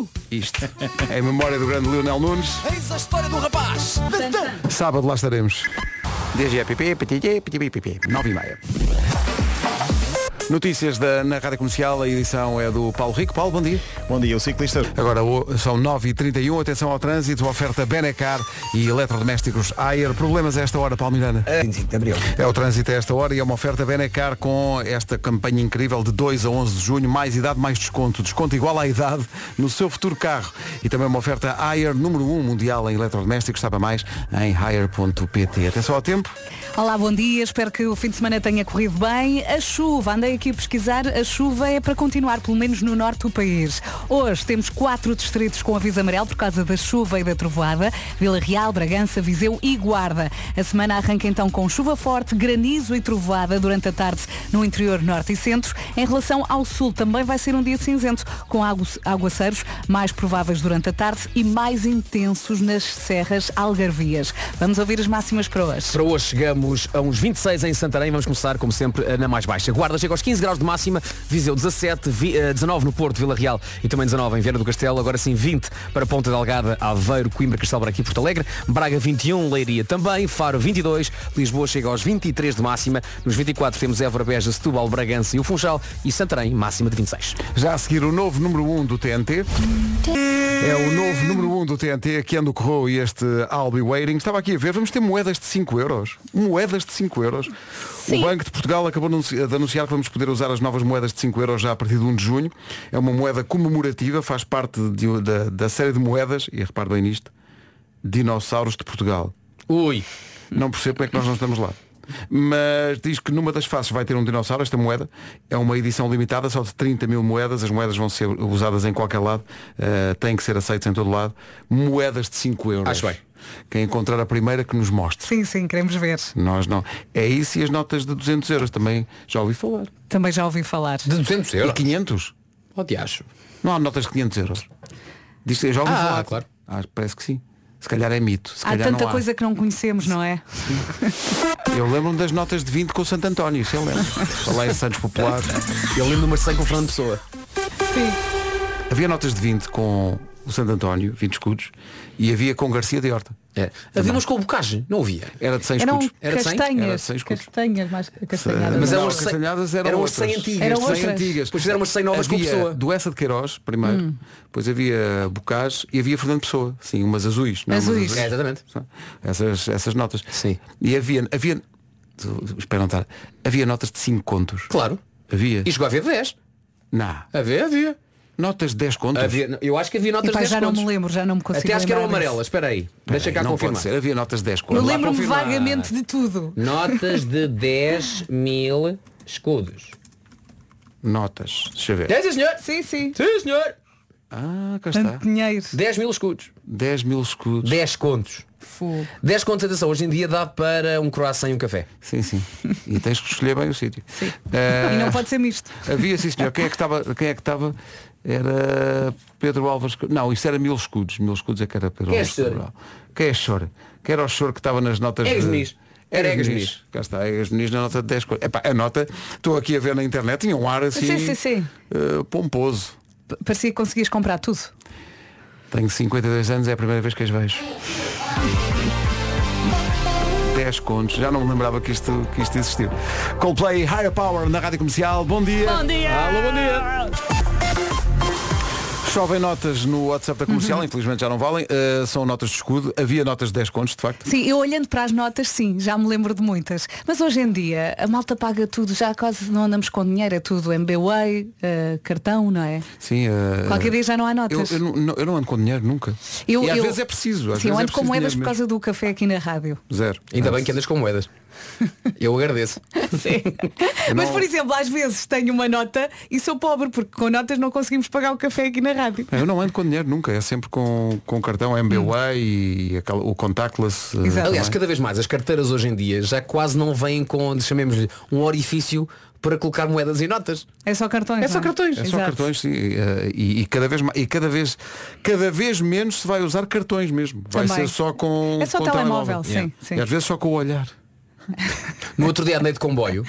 Speaker 3: Uh!
Speaker 1: isto. em memória do grande Lionel Nunes.
Speaker 8: Eis a história do rapaz!
Speaker 1: Sábado lá estaremos. DGPP, PTT, PTP, 9 e meia. Notícias da, na Rádio Comercial, a edição é do Paulo Rico. Paulo, bom dia.
Speaker 6: Bom dia, o ciclista.
Speaker 1: Agora o- são 9h31, atenção ao trânsito, oferta Benecar e eletrodomésticos Ayer. Problemas a esta hora, Paulo Miranda?
Speaker 2: 25 de Abril.
Speaker 1: É o trânsito a esta hora e é uma oferta Benecar com esta campanha incrível de 2 a 11 de junho, mais idade, mais desconto. Desconto igual à idade no seu futuro carro. E também uma oferta Ayer número 1 mundial em eletrodomésticos, sabe mais em higher.pt. Atenção ao tempo.
Speaker 3: Olá, bom dia. Espero que o fim de semana tenha corrido bem. A chuva, andei aqui a pesquisar, a chuva é para continuar, pelo menos no norte do país. Hoje temos quatro distritos com aviso amarelo por causa da chuva e da trovoada. Vila Real, Bragança, Viseu e Guarda. A semana arranca então com chuva forte, granizo e trovoada durante a tarde no interior norte e centro. Em relação ao sul, também vai ser um dia cinzento, com agu- aguaceiros mais prováveis durante a tarde e mais intensos nas serras algarvias. Vamos ouvir as máximas para hoje.
Speaker 8: Para hoje chegamos a uns 26 em Santarém. Vamos começar, como sempre, na mais baixa. Guarda chega aos 15 graus de máxima. Viseu 17, vi- eh, 19 no Porto, Vila Real e também 19 em Viana do Castelo. Agora sim 20 para Ponta Delgada, Aveiro, Coimbra, Castelo Branco e Porto Alegre. Braga 21, Leiria também. Faro 22. Lisboa chega aos 23 de máxima. Nos 24 temos Évora, Beja, Setúbal, Bragança e o Funchal. E Santarém, máxima de 26.
Speaker 1: Já a seguir o novo número 1 do TNT. É o novo número 1 do TNT, Kendo Corro e é este I'll Be Waiting. Estava aqui a ver, vamos ter moedas de 5 euros. Moedas de 5 euros. O Banco de Portugal acabou anunci- de anunciar que vamos poder usar as novas moedas de 5 euros já a partir de 1 de junho. É uma moeda comemorativa, faz parte de- da, da série de moedas, e repare bem nisto, dinossauros de Portugal.
Speaker 8: Ui!
Speaker 1: Não percebo como é que nós não estamos lá. Mas diz que numa das faces vai ter um dinossauro, esta moeda. É uma edição limitada, só de 30 mil moedas. As moedas vão ser usadas em qualquer lado. eh, têm que ser aceitas em todo lado. Moedas de 5 euros.
Speaker 8: Acho bem.
Speaker 1: Quem encontrar a primeira que nos mostre.
Speaker 3: Sim, sim, queremos ver.
Speaker 1: Nós não. É isso e as notas de 200 euros também. Já ouvi falar.
Speaker 3: Também já ouvi falar. De
Speaker 1: 200 euros? E 500?
Speaker 8: Pode acho.
Speaker 1: Não há notas de 500 euros. Diz que já ouvi falar.
Speaker 3: Ah,
Speaker 1: claro. parece que sim. Se calhar é mito. Se
Speaker 3: Há
Speaker 1: calhar
Speaker 3: tanta
Speaker 1: não há.
Speaker 3: coisa que não conhecemos, não é?
Speaker 1: Eu lembro-me das notas de 20 com o Santo António, se eu lembro. Falei em Santos Popular.
Speaker 8: Eu lembro número 100 com o Fernando Pessoa.
Speaker 1: Havia notas de 20 com o Santo António, 20 escudos, e havia com Garcia de Horta.
Speaker 8: É. Havia umas com bocagem, não havia?
Speaker 1: Era de 100
Speaker 3: Eram
Speaker 1: escudos. Era de 100? Era de 100
Speaker 3: castanhas.
Speaker 1: escudos.
Speaker 3: Castanhas, mais castanhadas.
Speaker 1: Mas
Speaker 8: É.
Speaker 1: é um
Speaker 8: eram
Speaker 1: eram
Speaker 8: as 100
Speaker 1: castanhadas eram,
Speaker 8: eram as
Speaker 1: outras.
Speaker 8: 100 antigas, Eram
Speaker 1: 100
Speaker 8: outras.
Speaker 1: antigas.
Speaker 8: Depois fizeram umas 100 novas com
Speaker 1: havia
Speaker 8: Pessoa.
Speaker 1: Doessa de Queiroz, primeiro.
Speaker 8: Hum.
Speaker 1: Depois havia Bocage e havia Fernando Pessoa. Sim, umas azuis. não é? Umas
Speaker 8: É, exatamente.
Speaker 1: Essas, essas notas. Sim. E havia... havia espera não estar. Havia notas de 5 contos.
Speaker 8: Claro.
Speaker 1: Havia.
Speaker 8: E chegou a haver 10.
Speaker 1: Não.
Speaker 8: Havia, havia.
Speaker 1: Notas de 10 contos?
Speaker 8: Havia, eu acho que havia notas
Speaker 3: Epá,
Speaker 8: de 10
Speaker 3: já não
Speaker 8: contos.
Speaker 3: me lembro, já não me consigo
Speaker 8: Até acho que eram
Speaker 3: lembrar
Speaker 8: amarelas,
Speaker 3: disso.
Speaker 8: espera aí. Deixa cá
Speaker 1: não
Speaker 8: confirmar.
Speaker 1: Pode ser. Havia notas de 10
Speaker 3: Eu
Speaker 1: contos.
Speaker 3: lembro-me vagamente de tudo.
Speaker 8: Notas de 10 mil escudos.
Speaker 1: Notas. Deixa eu ver.
Speaker 8: É, sim, senhor.
Speaker 3: Sim, sim.
Speaker 8: Sim, senhor.
Speaker 1: Ah, cá está.
Speaker 3: dinheiro.
Speaker 8: 10 mil escudos.
Speaker 1: 10 mil escudos.
Speaker 8: 10 contos. 10 contos, atenção, hoje em dia dá para um croissant e um café.
Speaker 1: Sim, sim. E tens que escolher bem o sítio. Eh, É.
Speaker 3: E não pode ser misto.
Speaker 1: Havia sim senhor. Quem é que estava? Quem é que estava? Era Pedro Alves. Cor- Não, isso era mil escudos. Mil escudos é que era Pedro
Speaker 8: Quem é
Speaker 1: Alves.
Speaker 8: senhor?
Speaker 1: Cabral. Quem é senhor? Quem era o senhor que estava nas notas
Speaker 8: Egas
Speaker 1: de-
Speaker 8: Muniz. Era Egas Muniz.
Speaker 1: Cá está, Egas Muniz na nota de 10 contos. Epá, a nota, estou aqui a ver na internet, tinha um ar assim
Speaker 3: Sim, sim, sim.
Speaker 1: eh, pomposo.
Speaker 3: P- Parecia que conseguias comprar tudo.
Speaker 1: Tenho 52 anos, é a primeira vez que as vejo. 10 contos, já não me lembrava que isto, que isto existiu. Coldplay Higher Power na Rádio Comercial, bom dia.
Speaker 3: Bom dia.
Speaker 1: Alô, bom dia. Chovem notas no WhatsApp da
Speaker 3: Uhum.
Speaker 1: comercial, infelizmente já não valem, eh, são notas de escudo, havia notas de 10 contos, de facto.
Speaker 3: Sim, eu olhando para as notas, sim, já me lembro de muitas. Mas hoje em dia, a malta paga tudo, já quase não andamos com dinheiro, é tudo MBWay, eh, cartão, não é?
Speaker 1: Sim, eh,
Speaker 3: Qualquer dia já não há notas.
Speaker 1: Eu, eu não, eu não ando com dinheiro nunca.
Speaker 3: Eu-
Speaker 1: e às
Speaker 3: eu-
Speaker 1: vezes é preciso. às
Speaker 3: Sim, eu
Speaker 1: vezes é
Speaker 3: ando com
Speaker 1: preciso
Speaker 3: moedas por
Speaker 1: dinheiro
Speaker 3: causa do café aqui na rádio.
Speaker 1: mesmo. Zero. Eh,
Speaker 8: Ainda bem que andas com moedas. Eu agradeço.
Speaker 3: Mas,
Speaker 1: não-
Speaker 3: por exemplo, às vezes tenho uma nota e sou pobre, porque com notas não conseguimos pagar o café aqui na rádio.
Speaker 1: Eu não ando com dinheiro nunca, é sempre com, com cartão
Speaker 3: Hum.
Speaker 1: MBWay e aquela- o contactless. eh,
Speaker 8: Aliás,
Speaker 1: também.
Speaker 8: cada vez mais as carteiras hoje em dia já quase não vêm com, chamemos-lhe, um orifício para colocar moedas e notas.
Speaker 3: É só cartões.
Speaker 8: É só
Speaker 3: não
Speaker 8: cartões.
Speaker 1: É só
Speaker 3: Exato.
Speaker 1: cartões, sim, eh, e, e cada vez mais, e cada vez, cada vez menos se vai usar cartões mesmo. Vai
Speaker 8: Também.
Speaker 1: ser só com
Speaker 8: É só
Speaker 1: com É.
Speaker 8: telemóvel, sim, sim.
Speaker 1: E às vezes só com o olhar.
Speaker 8: No outro dia andei de comboio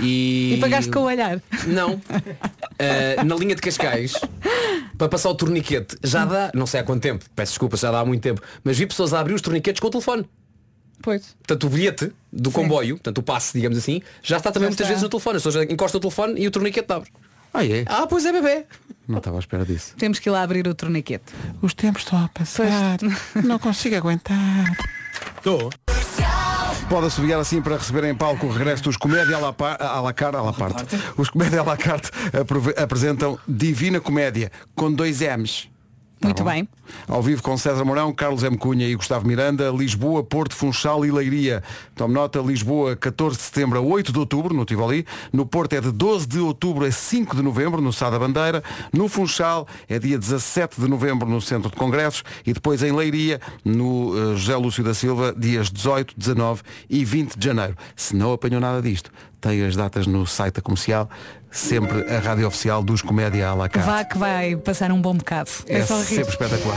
Speaker 8: e.
Speaker 3: E pagaste com o olhar.
Speaker 8: Não. Uh, na linha de Cascais, para passar o torniquete, já dá, não sei há quanto tempo, peço desculpa, já dá há muito tempo, mas vi pessoas a abrir os torniquetes com o telefone.
Speaker 3: Pois.
Speaker 8: Portanto, o bilhete do comboio, portanto, o passe, digamos assim, já está também
Speaker 3: Já
Speaker 8: muitas
Speaker 3: está.
Speaker 8: vezes no telefone. Ou seja, encosta o telefone e o torniquete abre.
Speaker 1: Ah, é?
Speaker 8: Ah, pois é, bebê.
Speaker 1: Não estava à espera disso.
Speaker 3: Temos que ir lá abrir o torniquete.
Speaker 9: Os tempos estão a passar. Não consigo aguentar.
Speaker 1: Estou. Pode assobiar assim para receber em palco o regresso dos Comédia à la, pa- à la car- à la parte. Os Comédia à la carte aprove- apresentam Divina Comédia, com dois M's. Muito
Speaker 3: bem.
Speaker 1: Tá Ao vivo com César Mourão, Carlos M. Cunha e Gustavo Miranda, Lisboa, Porto, Funchal e Leiria. Tome nota, Lisboa, 14 de setembro a 8 de outubro, no Tivoli. No Porto é de 12 de outubro a 5 de novembro, no Sá da Bandeira. No Funchal é dia 17 de novembro, no Centro de Congressos. E depois em Leiria, no eh, José Lúcio da Silva, dias 18, 19 e 20 de janeiro. Se não apanhou nada disto, tem as datas no site da comercial, sempre a rádio oficial dos Comédia à la carte.
Speaker 3: Vá que vai passar um bom bocado. É,
Speaker 1: É
Speaker 3: só rir.
Speaker 1: sempre espetacular.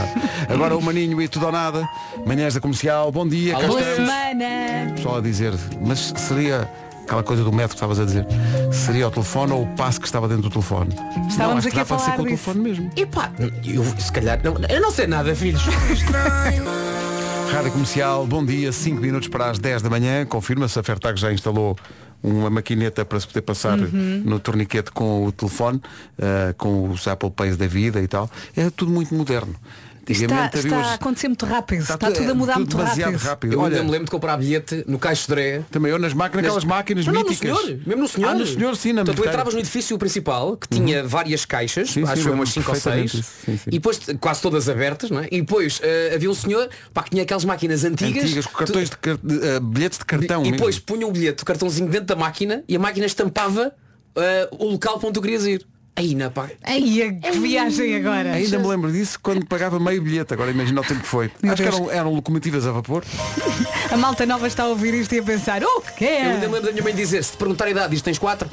Speaker 1: Agora o Maninho e tudo ou nada. Manhãs da comercial, bom dia. cá
Speaker 3: Boa
Speaker 1: estamos.
Speaker 3: semana!
Speaker 1: Pessoal a dizer, mas seria aquela coisa do metro que estavas a dizer? Seria o telefone ou o passo que estava dentro do telefone?
Speaker 3: Estávamos
Speaker 1: acho que
Speaker 3: aqui a
Speaker 1: dá para ser
Speaker 3: falar
Speaker 1: com o
Speaker 3: disso.
Speaker 1: mesmo.
Speaker 8: E pá, eu, se calhar, não, eu não sei nada, filhos.
Speaker 1: Rádio Comercial, bom dia, 5 minutos para as 10 da manhã. Confirma-se, a Fertag já instalou uma maquineta para se poder passar
Speaker 9: Uhum.
Speaker 1: no torniquete com o telefone, ah, com os Apple Pays da vida e tal. É tudo muito moderno.
Speaker 3: Está,
Speaker 1: Antigamente havia
Speaker 3: está
Speaker 1: uns-
Speaker 3: a acontecer muito rápido. Está,
Speaker 1: tudo-
Speaker 3: tudo a mudar
Speaker 1: tudo
Speaker 3: muito
Speaker 1: demasiado
Speaker 3: rápido.
Speaker 1: rápido.
Speaker 8: Eu
Speaker 1: Olha-
Speaker 8: ainda me lembro de comprar bilhete no Caixo de Dré.
Speaker 1: Também eu nas máquinas, aquelas máquinas
Speaker 8: Não, não, no
Speaker 1: míticas.
Speaker 8: senhor, mesmo no senhor.
Speaker 1: Ah, no senhor, sim, na
Speaker 8: Então tu
Speaker 1: meteira.
Speaker 8: entravas no edifício principal, que tinha várias caixas,
Speaker 1: Sim,
Speaker 8: acho
Speaker 1: sim,
Speaker 8: que foi umas
Speaker 1: lembro-me
Speaker 8: 5 ou 6,
Speaker 1: perfeitamente disso. Sim, sim.
Speaker 8: e depois quase todas abertas, não é? E depois eh, havia um senhor pá, que tinha aquelas máquinas antigas.
Speaker 1: Antigas, com cartões de car- de, ah, bilhetes de cartão.
Speaker 8: E
Speaker 1: mesmo.
Speaker 8: depois punha o bilhete, o cartãozinho dentro da máquina e a máquina estampava eh, o local para onde tu querias ir. Aí na pá.
Speaker 3: Ai, a que viagem agora.
Speaker 1: Ainda me lembro disso quando pagava meio bilhete, agora imagina o tempo que foi.
Speaker 3: Meu
Speaker 1: Acho que
Speaker 3: Deus.
Speaker 1: eram, eram locomotivas a vapor.
Speaker 3: A malta nova está a ouvir isto e a pensar, o que
Speaker 8: Eu
Speaker 3: é?
Speaker 8: ainda me lembro da minha mãe dizer, se te perguntar a idade, diz tens 4.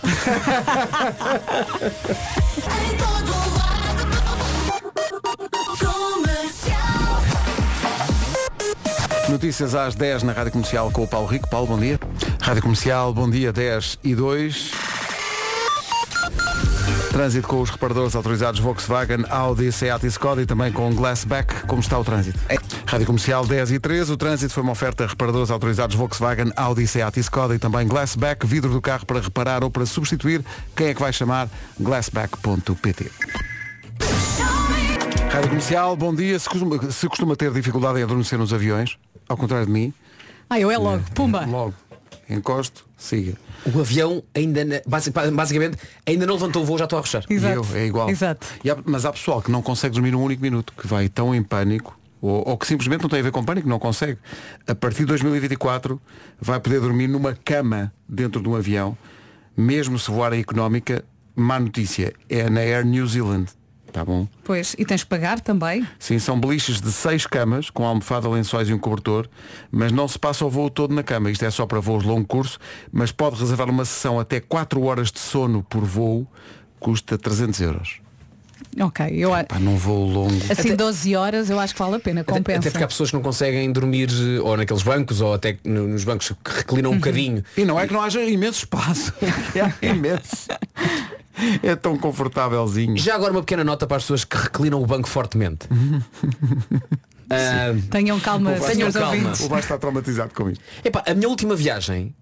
Speaker 1: Notícias às 10 na Rádio Comercial com o Paulo Rico. Paulo, bom dia. Rádio Comercial, bom dia, 10 e 2. Trânsito com os reparadores autorizados Volkswagen, Audi, Seat e Skoda e também com Glassback. Como está o trânsito? Rádio Comercial 10 e 13. O trânsito foi uma oferta a reparadores autorizados Volkswagen, Audi, Seat e Skoda e também Glassback. Vidro do carro para reparar ou para substituir. Quem é que vai chamar? Glassback.pt Rádio Comercial, bom dia. Se costuma, se costuma ter dificuldade em adormecer nos aviões, ao contrário de mim,
Speaker 3: Ah, eu é logo, pumba.
Speaker 1: Logo. encosto, siga.
Speaker 8: O avião ainda, na- basic- basicamente, ainda não levantou o voo, já estou a rochar.
Speaker 1: E eu, é igual. E há- mas há pessoal que não consegue dormir um único minuto, que vai tão em pânico, ou, ou que simplesmente não tem a ver com pânico, não consegue. A partir de 2024 vai poder dormir numa cama dentro de um avião, mesmo se voar a económica, má notícia, é na Air New Zealand. Tá bom?
Speaker 3: Pois, e tens de pagar também.
Speaker 1: Sim, são beliches de seis camas, com almofada, lençóis e um cobertor, mas não se passa o voo todo na cama. Isto é só para voos de longo curso, mas pode reservar uma sessão até 4 horas de sono por voo, custa 300 euros.
Speaker 3: Ok, eu a-
Speaker 1: Pá, num voo longo.
Speaker 3: assim 12 horas eu acho que vale a pena, compensa.
Speaker 8: Até porque há pessoas que não conseguem dormir eh, ou naqueles bancos ou até no- nos bancos que reclinam
Speaker 3: Uhum.
Speaker 8: um bocadinho.
Speaker 1: E não é que não haja imenso espaço. É imenso. É tão confortávelzinho.
Speaker 8: Já agora uma pequena nota para as pessoas que reclinam o banco fortemente.
Speaker 3: Uhum.
Speaker 8: Ah,
Speaker 3: Tenham calma,
Speaker 8: O Vasco
Speaker 3: senhores
Speaker 8: Então calma.
Speaker 3: ouvintes.
Speaker 1: O Vasco está traumatizado com isto.
Speaker 8: epá, a minha última viagem,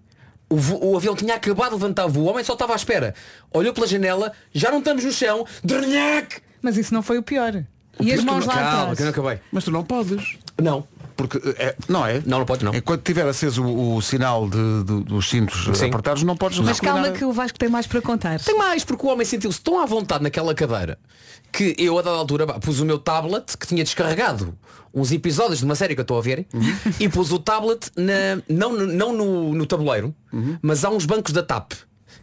Speaker 8: o, vo- o avião tinha acabado de levantar voo, o homem só estava à espera. Olhou pela janela, já não estamos no chão, drnhac!
Speaker 3: Mas isso não foi o pior. E as mãos lá
Speaker 8: Calma,
Speaker 3: atrás.
Speaker 8: que eu não acabei.
Speaker 1: Mas tu não podes.
Speaker 8: Não.
Speaker 1: Porque é, não é?
Speaker 8: Não, não pode não.
Speaker 1: É quando tiver aceso o, o sinal de- do- dos cintos
Speaker 8: Sim.
Speaker 1: apertados, não podes
Speaker 3: Mas
Speaker 1: reclinar.
Speaker 3: calma que o Vasco tem mais para contar.
Speaker 8: Tem mais, porque o homem sentiu-se tão à vontade naquela cadeira que eu a dada altura pá, pus o meu tablet que tinha descarregado uns episódios de uma série que eu estou a ver
Speaker 1: Uhum.
Speaker 8: e pus o tablet na, não, no- não no, no tabuleiro,
Speaker 1: Uhum.
Speaker 8: mas há uns bancos da TAP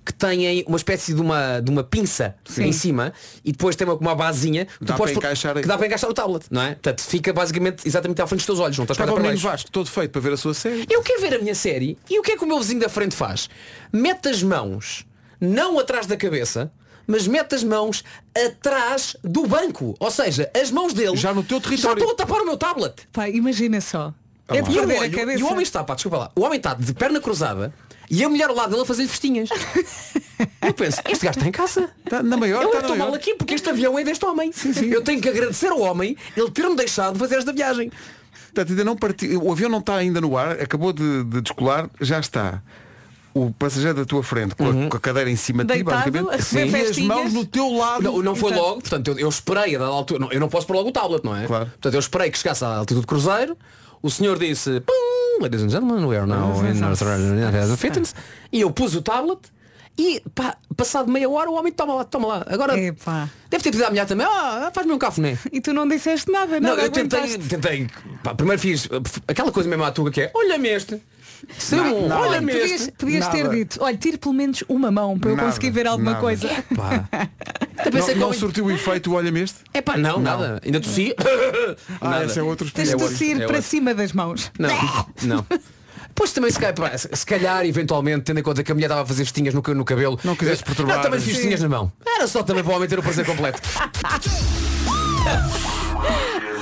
Speaker 8: que têm uma espécie de uma, de uma pinça
Speaker 1: Sim.
Speaker 8: em cima e depois tem uma, uma basinha que, tu
Speaker 1: Dá
Speaker 8: podes
Speaker 1: para
Speaker 8: pôr-
Speaker 1: encaixar aí.
Speaker 8: que dá para encaixar o tablet, não é? Portanto, fica basicamente exatamente à frente dos teus olhos, não estás para
Speaker 1: Estava o
Speaker 8: para
Speaker 1: menino
Speaker 8: baixo.
Speaker 1: Vasco todo feito para ver a sua série.
Speaker 8: Tá Eu quero ver a minha série e o que é que o meu vizinho da frente faz? Mete as mãos, não atrás da cabeça, mas mete as mãos atrás do banco. Ou seja, as mãos dele
Speaker 1: Já no teu território.
Speaker 8: já estão a tapar o meu tablet.
Speaker 3: Pá, imagina só. É de
Speaker 8: E, Ah, eu
Speaker 3: perder a
Speaker 8: olho,
Speaker 3: cabeça.
Speaker 8: e o homem está, pá, desculpa lá, o homem está de perna cruzada e a mulher ao lado dele a fazer festinhas. eu penso, este gajo está em casa.
Speaker 1: Está Tá, na maior,
Speaker 8: Eu é que
Speaker 1: está na
Speaker 8: estou mal
Speaker 1: maior.
Speaker 8: aqui porque este avião é deste homem. Eu tenho que agradecer ao homem ele ter-me deixado fazer esta viagem.
Speaker 1: Portanto, ainda não partiu. O avião não está ainda no ar, acabou de, de descolar, já está. O passageiro da tua frente, com, a- com a, cadeira em cima de ti,
Speaker 8: Uhum. Deitado, a
Speaker 1: basicamente,
Speaker 8: receber
Speaker 1: e as
Speaker 8: festinhas.
Speaker 1: mãos no teu lado.
Speaker 8: Não, não foi
Speaker 1: Portanto,
Speaker 8: logo, portanto, eu, eu esperei a dada altura. Não, eu não posso pôr logo o tablet, não é? Claro. Portanto, eu esperei que chegasse à altitude de cruzeiro. O senhor disse, "Pum, ladies and gentlemen, we are now in North Carolina Fitness. E eu pus o tablet e pá, passado meia hora o homem toma lá, toma lá. Agora deve ter pedido à mulher também, ah, faz-me um cafuné.
Speaker 3: E tu não disseste nada,
Speaker 8: Não,
Speaker 3: nada
Speaker 8: eu tentei,
Speaker 3: aguentaste.
Speaker 8: tentei. pá, primeiro fiz uh, f- aquela coisa mesmo à tuga que é, olha-me este. Seu,
Speaker 3: Não, não.
Speaker 8: olha-me este.
Speaker 3: podias, podias ter
Speaker 8: Nada.
Speaker 3: dito, olha, tire pelo menos uma mão para
Speaker 1: Nada,
Speaker 3: eu conseguir ver alguma
Speaker 1: nada.
Speaker 3: coisa.
Speaker 8: Pá.
Speaker 1: Não,
Speaker 8: pensei
Speaker 1: não,
Speaker 8: é que alguém-
Speaker 1: surtiu o efeito, olha-me este.
Speaker 8: É pá, não, nada. Ainda tossi.
Speaker 1: Ah, esse é outro
Speaker 3: Tens de
Speaker 8: É outro,
Speaker 3: tossir
Speaker 8: é
Speaker 3: para
Speaker 8: outro.
Speaker 3: cima das mãos.
Speaker 8: Não, não. Pois também, se calhar, pá, se- se calhar, eventualmente, tendo em conta que a mulher estava a fazer festinhas no, ca- no cabelo. Não quiseste
Speaker 1: perturbar. né?
Speaker 8: também fiz
Speaker 1: Sim.
Speaker 8: festinhas na mão. Era só também para o homem ter o prazer completo.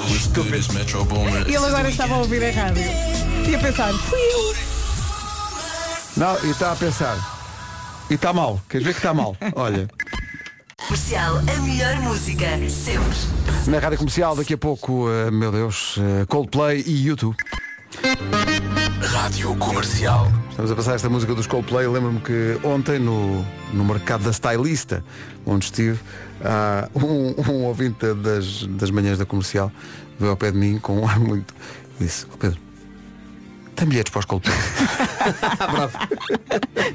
Speaker 5: Os estúpidos Metro Boomers.
Speaker 3: Ele agora estava a ouvir a rádio. E a pensar, fui eu.
Speaker 1: Não, e está a pensar. E está mal. Queres ver que está mal? Olha.
Speaker 10: Comercial, a melhor música, sempre.
Speaker 1: Na rádio comercial, daqui a pouco, eh, meu Deus, eh, Coldplay e YouTube.
Speaker 5: Rádio Comercial.
Speaker 1: Estamos a passar esta música dos Coldplay. Lembro-me que ontem, no, no mercado da Stylista, onde estive, há um, um ouvinte da- das, das manhãs da comercial veio ao pé de mim com um ar muito. e disse: "Ó Pedro, tem bilhetes para os Coldplay.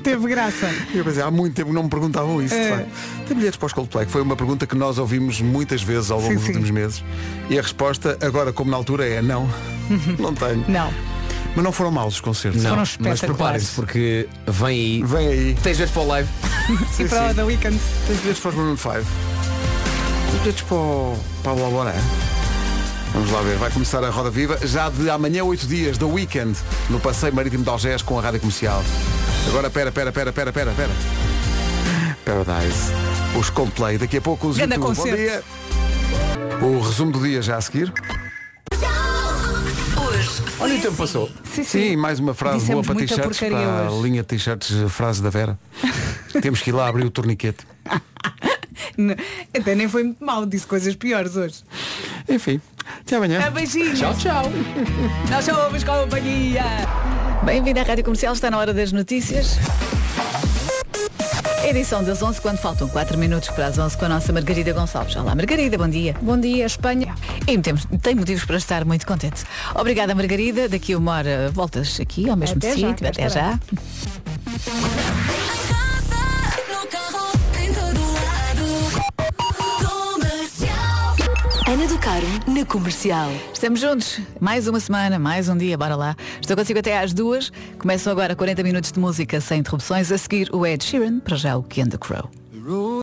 Speaker 3: Teve graça.
Speaker 1: E Eu pensei, há muito tempo que não me perguntavam isso, de
Speaker 3: É.
Speaker 1: facto. Tem bilhetes para os Coldplay? Que Foi uma pergunta que nós ouvimos muitas vezes ao longo
Speaker 3: Sim,
Speaker 1: dos
Speaker 3: sim.
Speaker 1: últimos meses. E a resposta, agora como na altura, é não. não tenho.
Speaker 3: Não.
Speaker 1: Mas não foram maus os concertos.
Speaker 8: Não, mas preparem-se porque vem aí.
Speaker 1: Vem aí.
Speaker 8: Tens vezes para o live.
Speaker 3: e para o The Weeknd.
Speaker 1: Tens bilhetes para os Maroon 5? Tens bilhetes para o Pablo Alboré? Vamos lá ver, vai começar a Roda Viva já de amanhã, 8 dias, da Weekend, no Passeio Marítimo de Algés com a Rádio Comercial. Agora, pera, pera, pera, pera, pera, pera. Paradise. Os Coldplay, daqui a pouco os
Speaker 3: Ganda
Speaker 1: YouTube. Bom
Speaker 3: concerto.
Speaker 1: dia. O resumo do dia já a seguir. Olha o tempo
Speaker 10: assim.
Speaker 1: passou.
Speaker 3: Sim, sim.
Speaker 1: mais uma frase boa
Speaker 3: Dissemos
Speaker 1: para
Speaker 3: muita
Speaker 1: t-shirts,
Speaker 3: porcaria
Speaker 1: para a
Speaker 3: hoje.
Speaker 1: linha de t-shirts, frase da Vera. Temos que ir lá abrir o torniquete.
Speaker 3: N- Até nem foi muito mal, disse coisas piores hoje.
Speaker 1: Enfim, até amanhã.
Speaker 3: Ah, beijinhos. Tchau,
Speaker 8: tchau.
Speaker 3: Nós somos companhia.
Speaker 11: Bem-vindo à Rádio Comercial, está na hora das notícias. Edição das 11, quando faltam 4 minutos para as 11, com a nossa Margarida Gonçalves. Olá, Margarida, bom dia. Bom dia, Espanha. E temos, tem motivos para estar muito contente. Obrigada, Margarida. Daqui a uma hora voltas aqui, ao mesmo
Speaker 4: Até já,
Speaker 11: sítio.
Speaker 4: cá
Speaker 11: até
Speaker 4: estará.
Speaker 11: já.
Speaker 4: No carro, em todo lado. Comercial.
Speaker 11: Ana do Caro, na Comercial. Estamos juntos. Mais uma semana, mais um dia, bora lá. Estou consigo até às duas. Começam agora 40 minutos de música sem interrupções. A seguir, o Ed Sheeran, para já o Ken the Crow.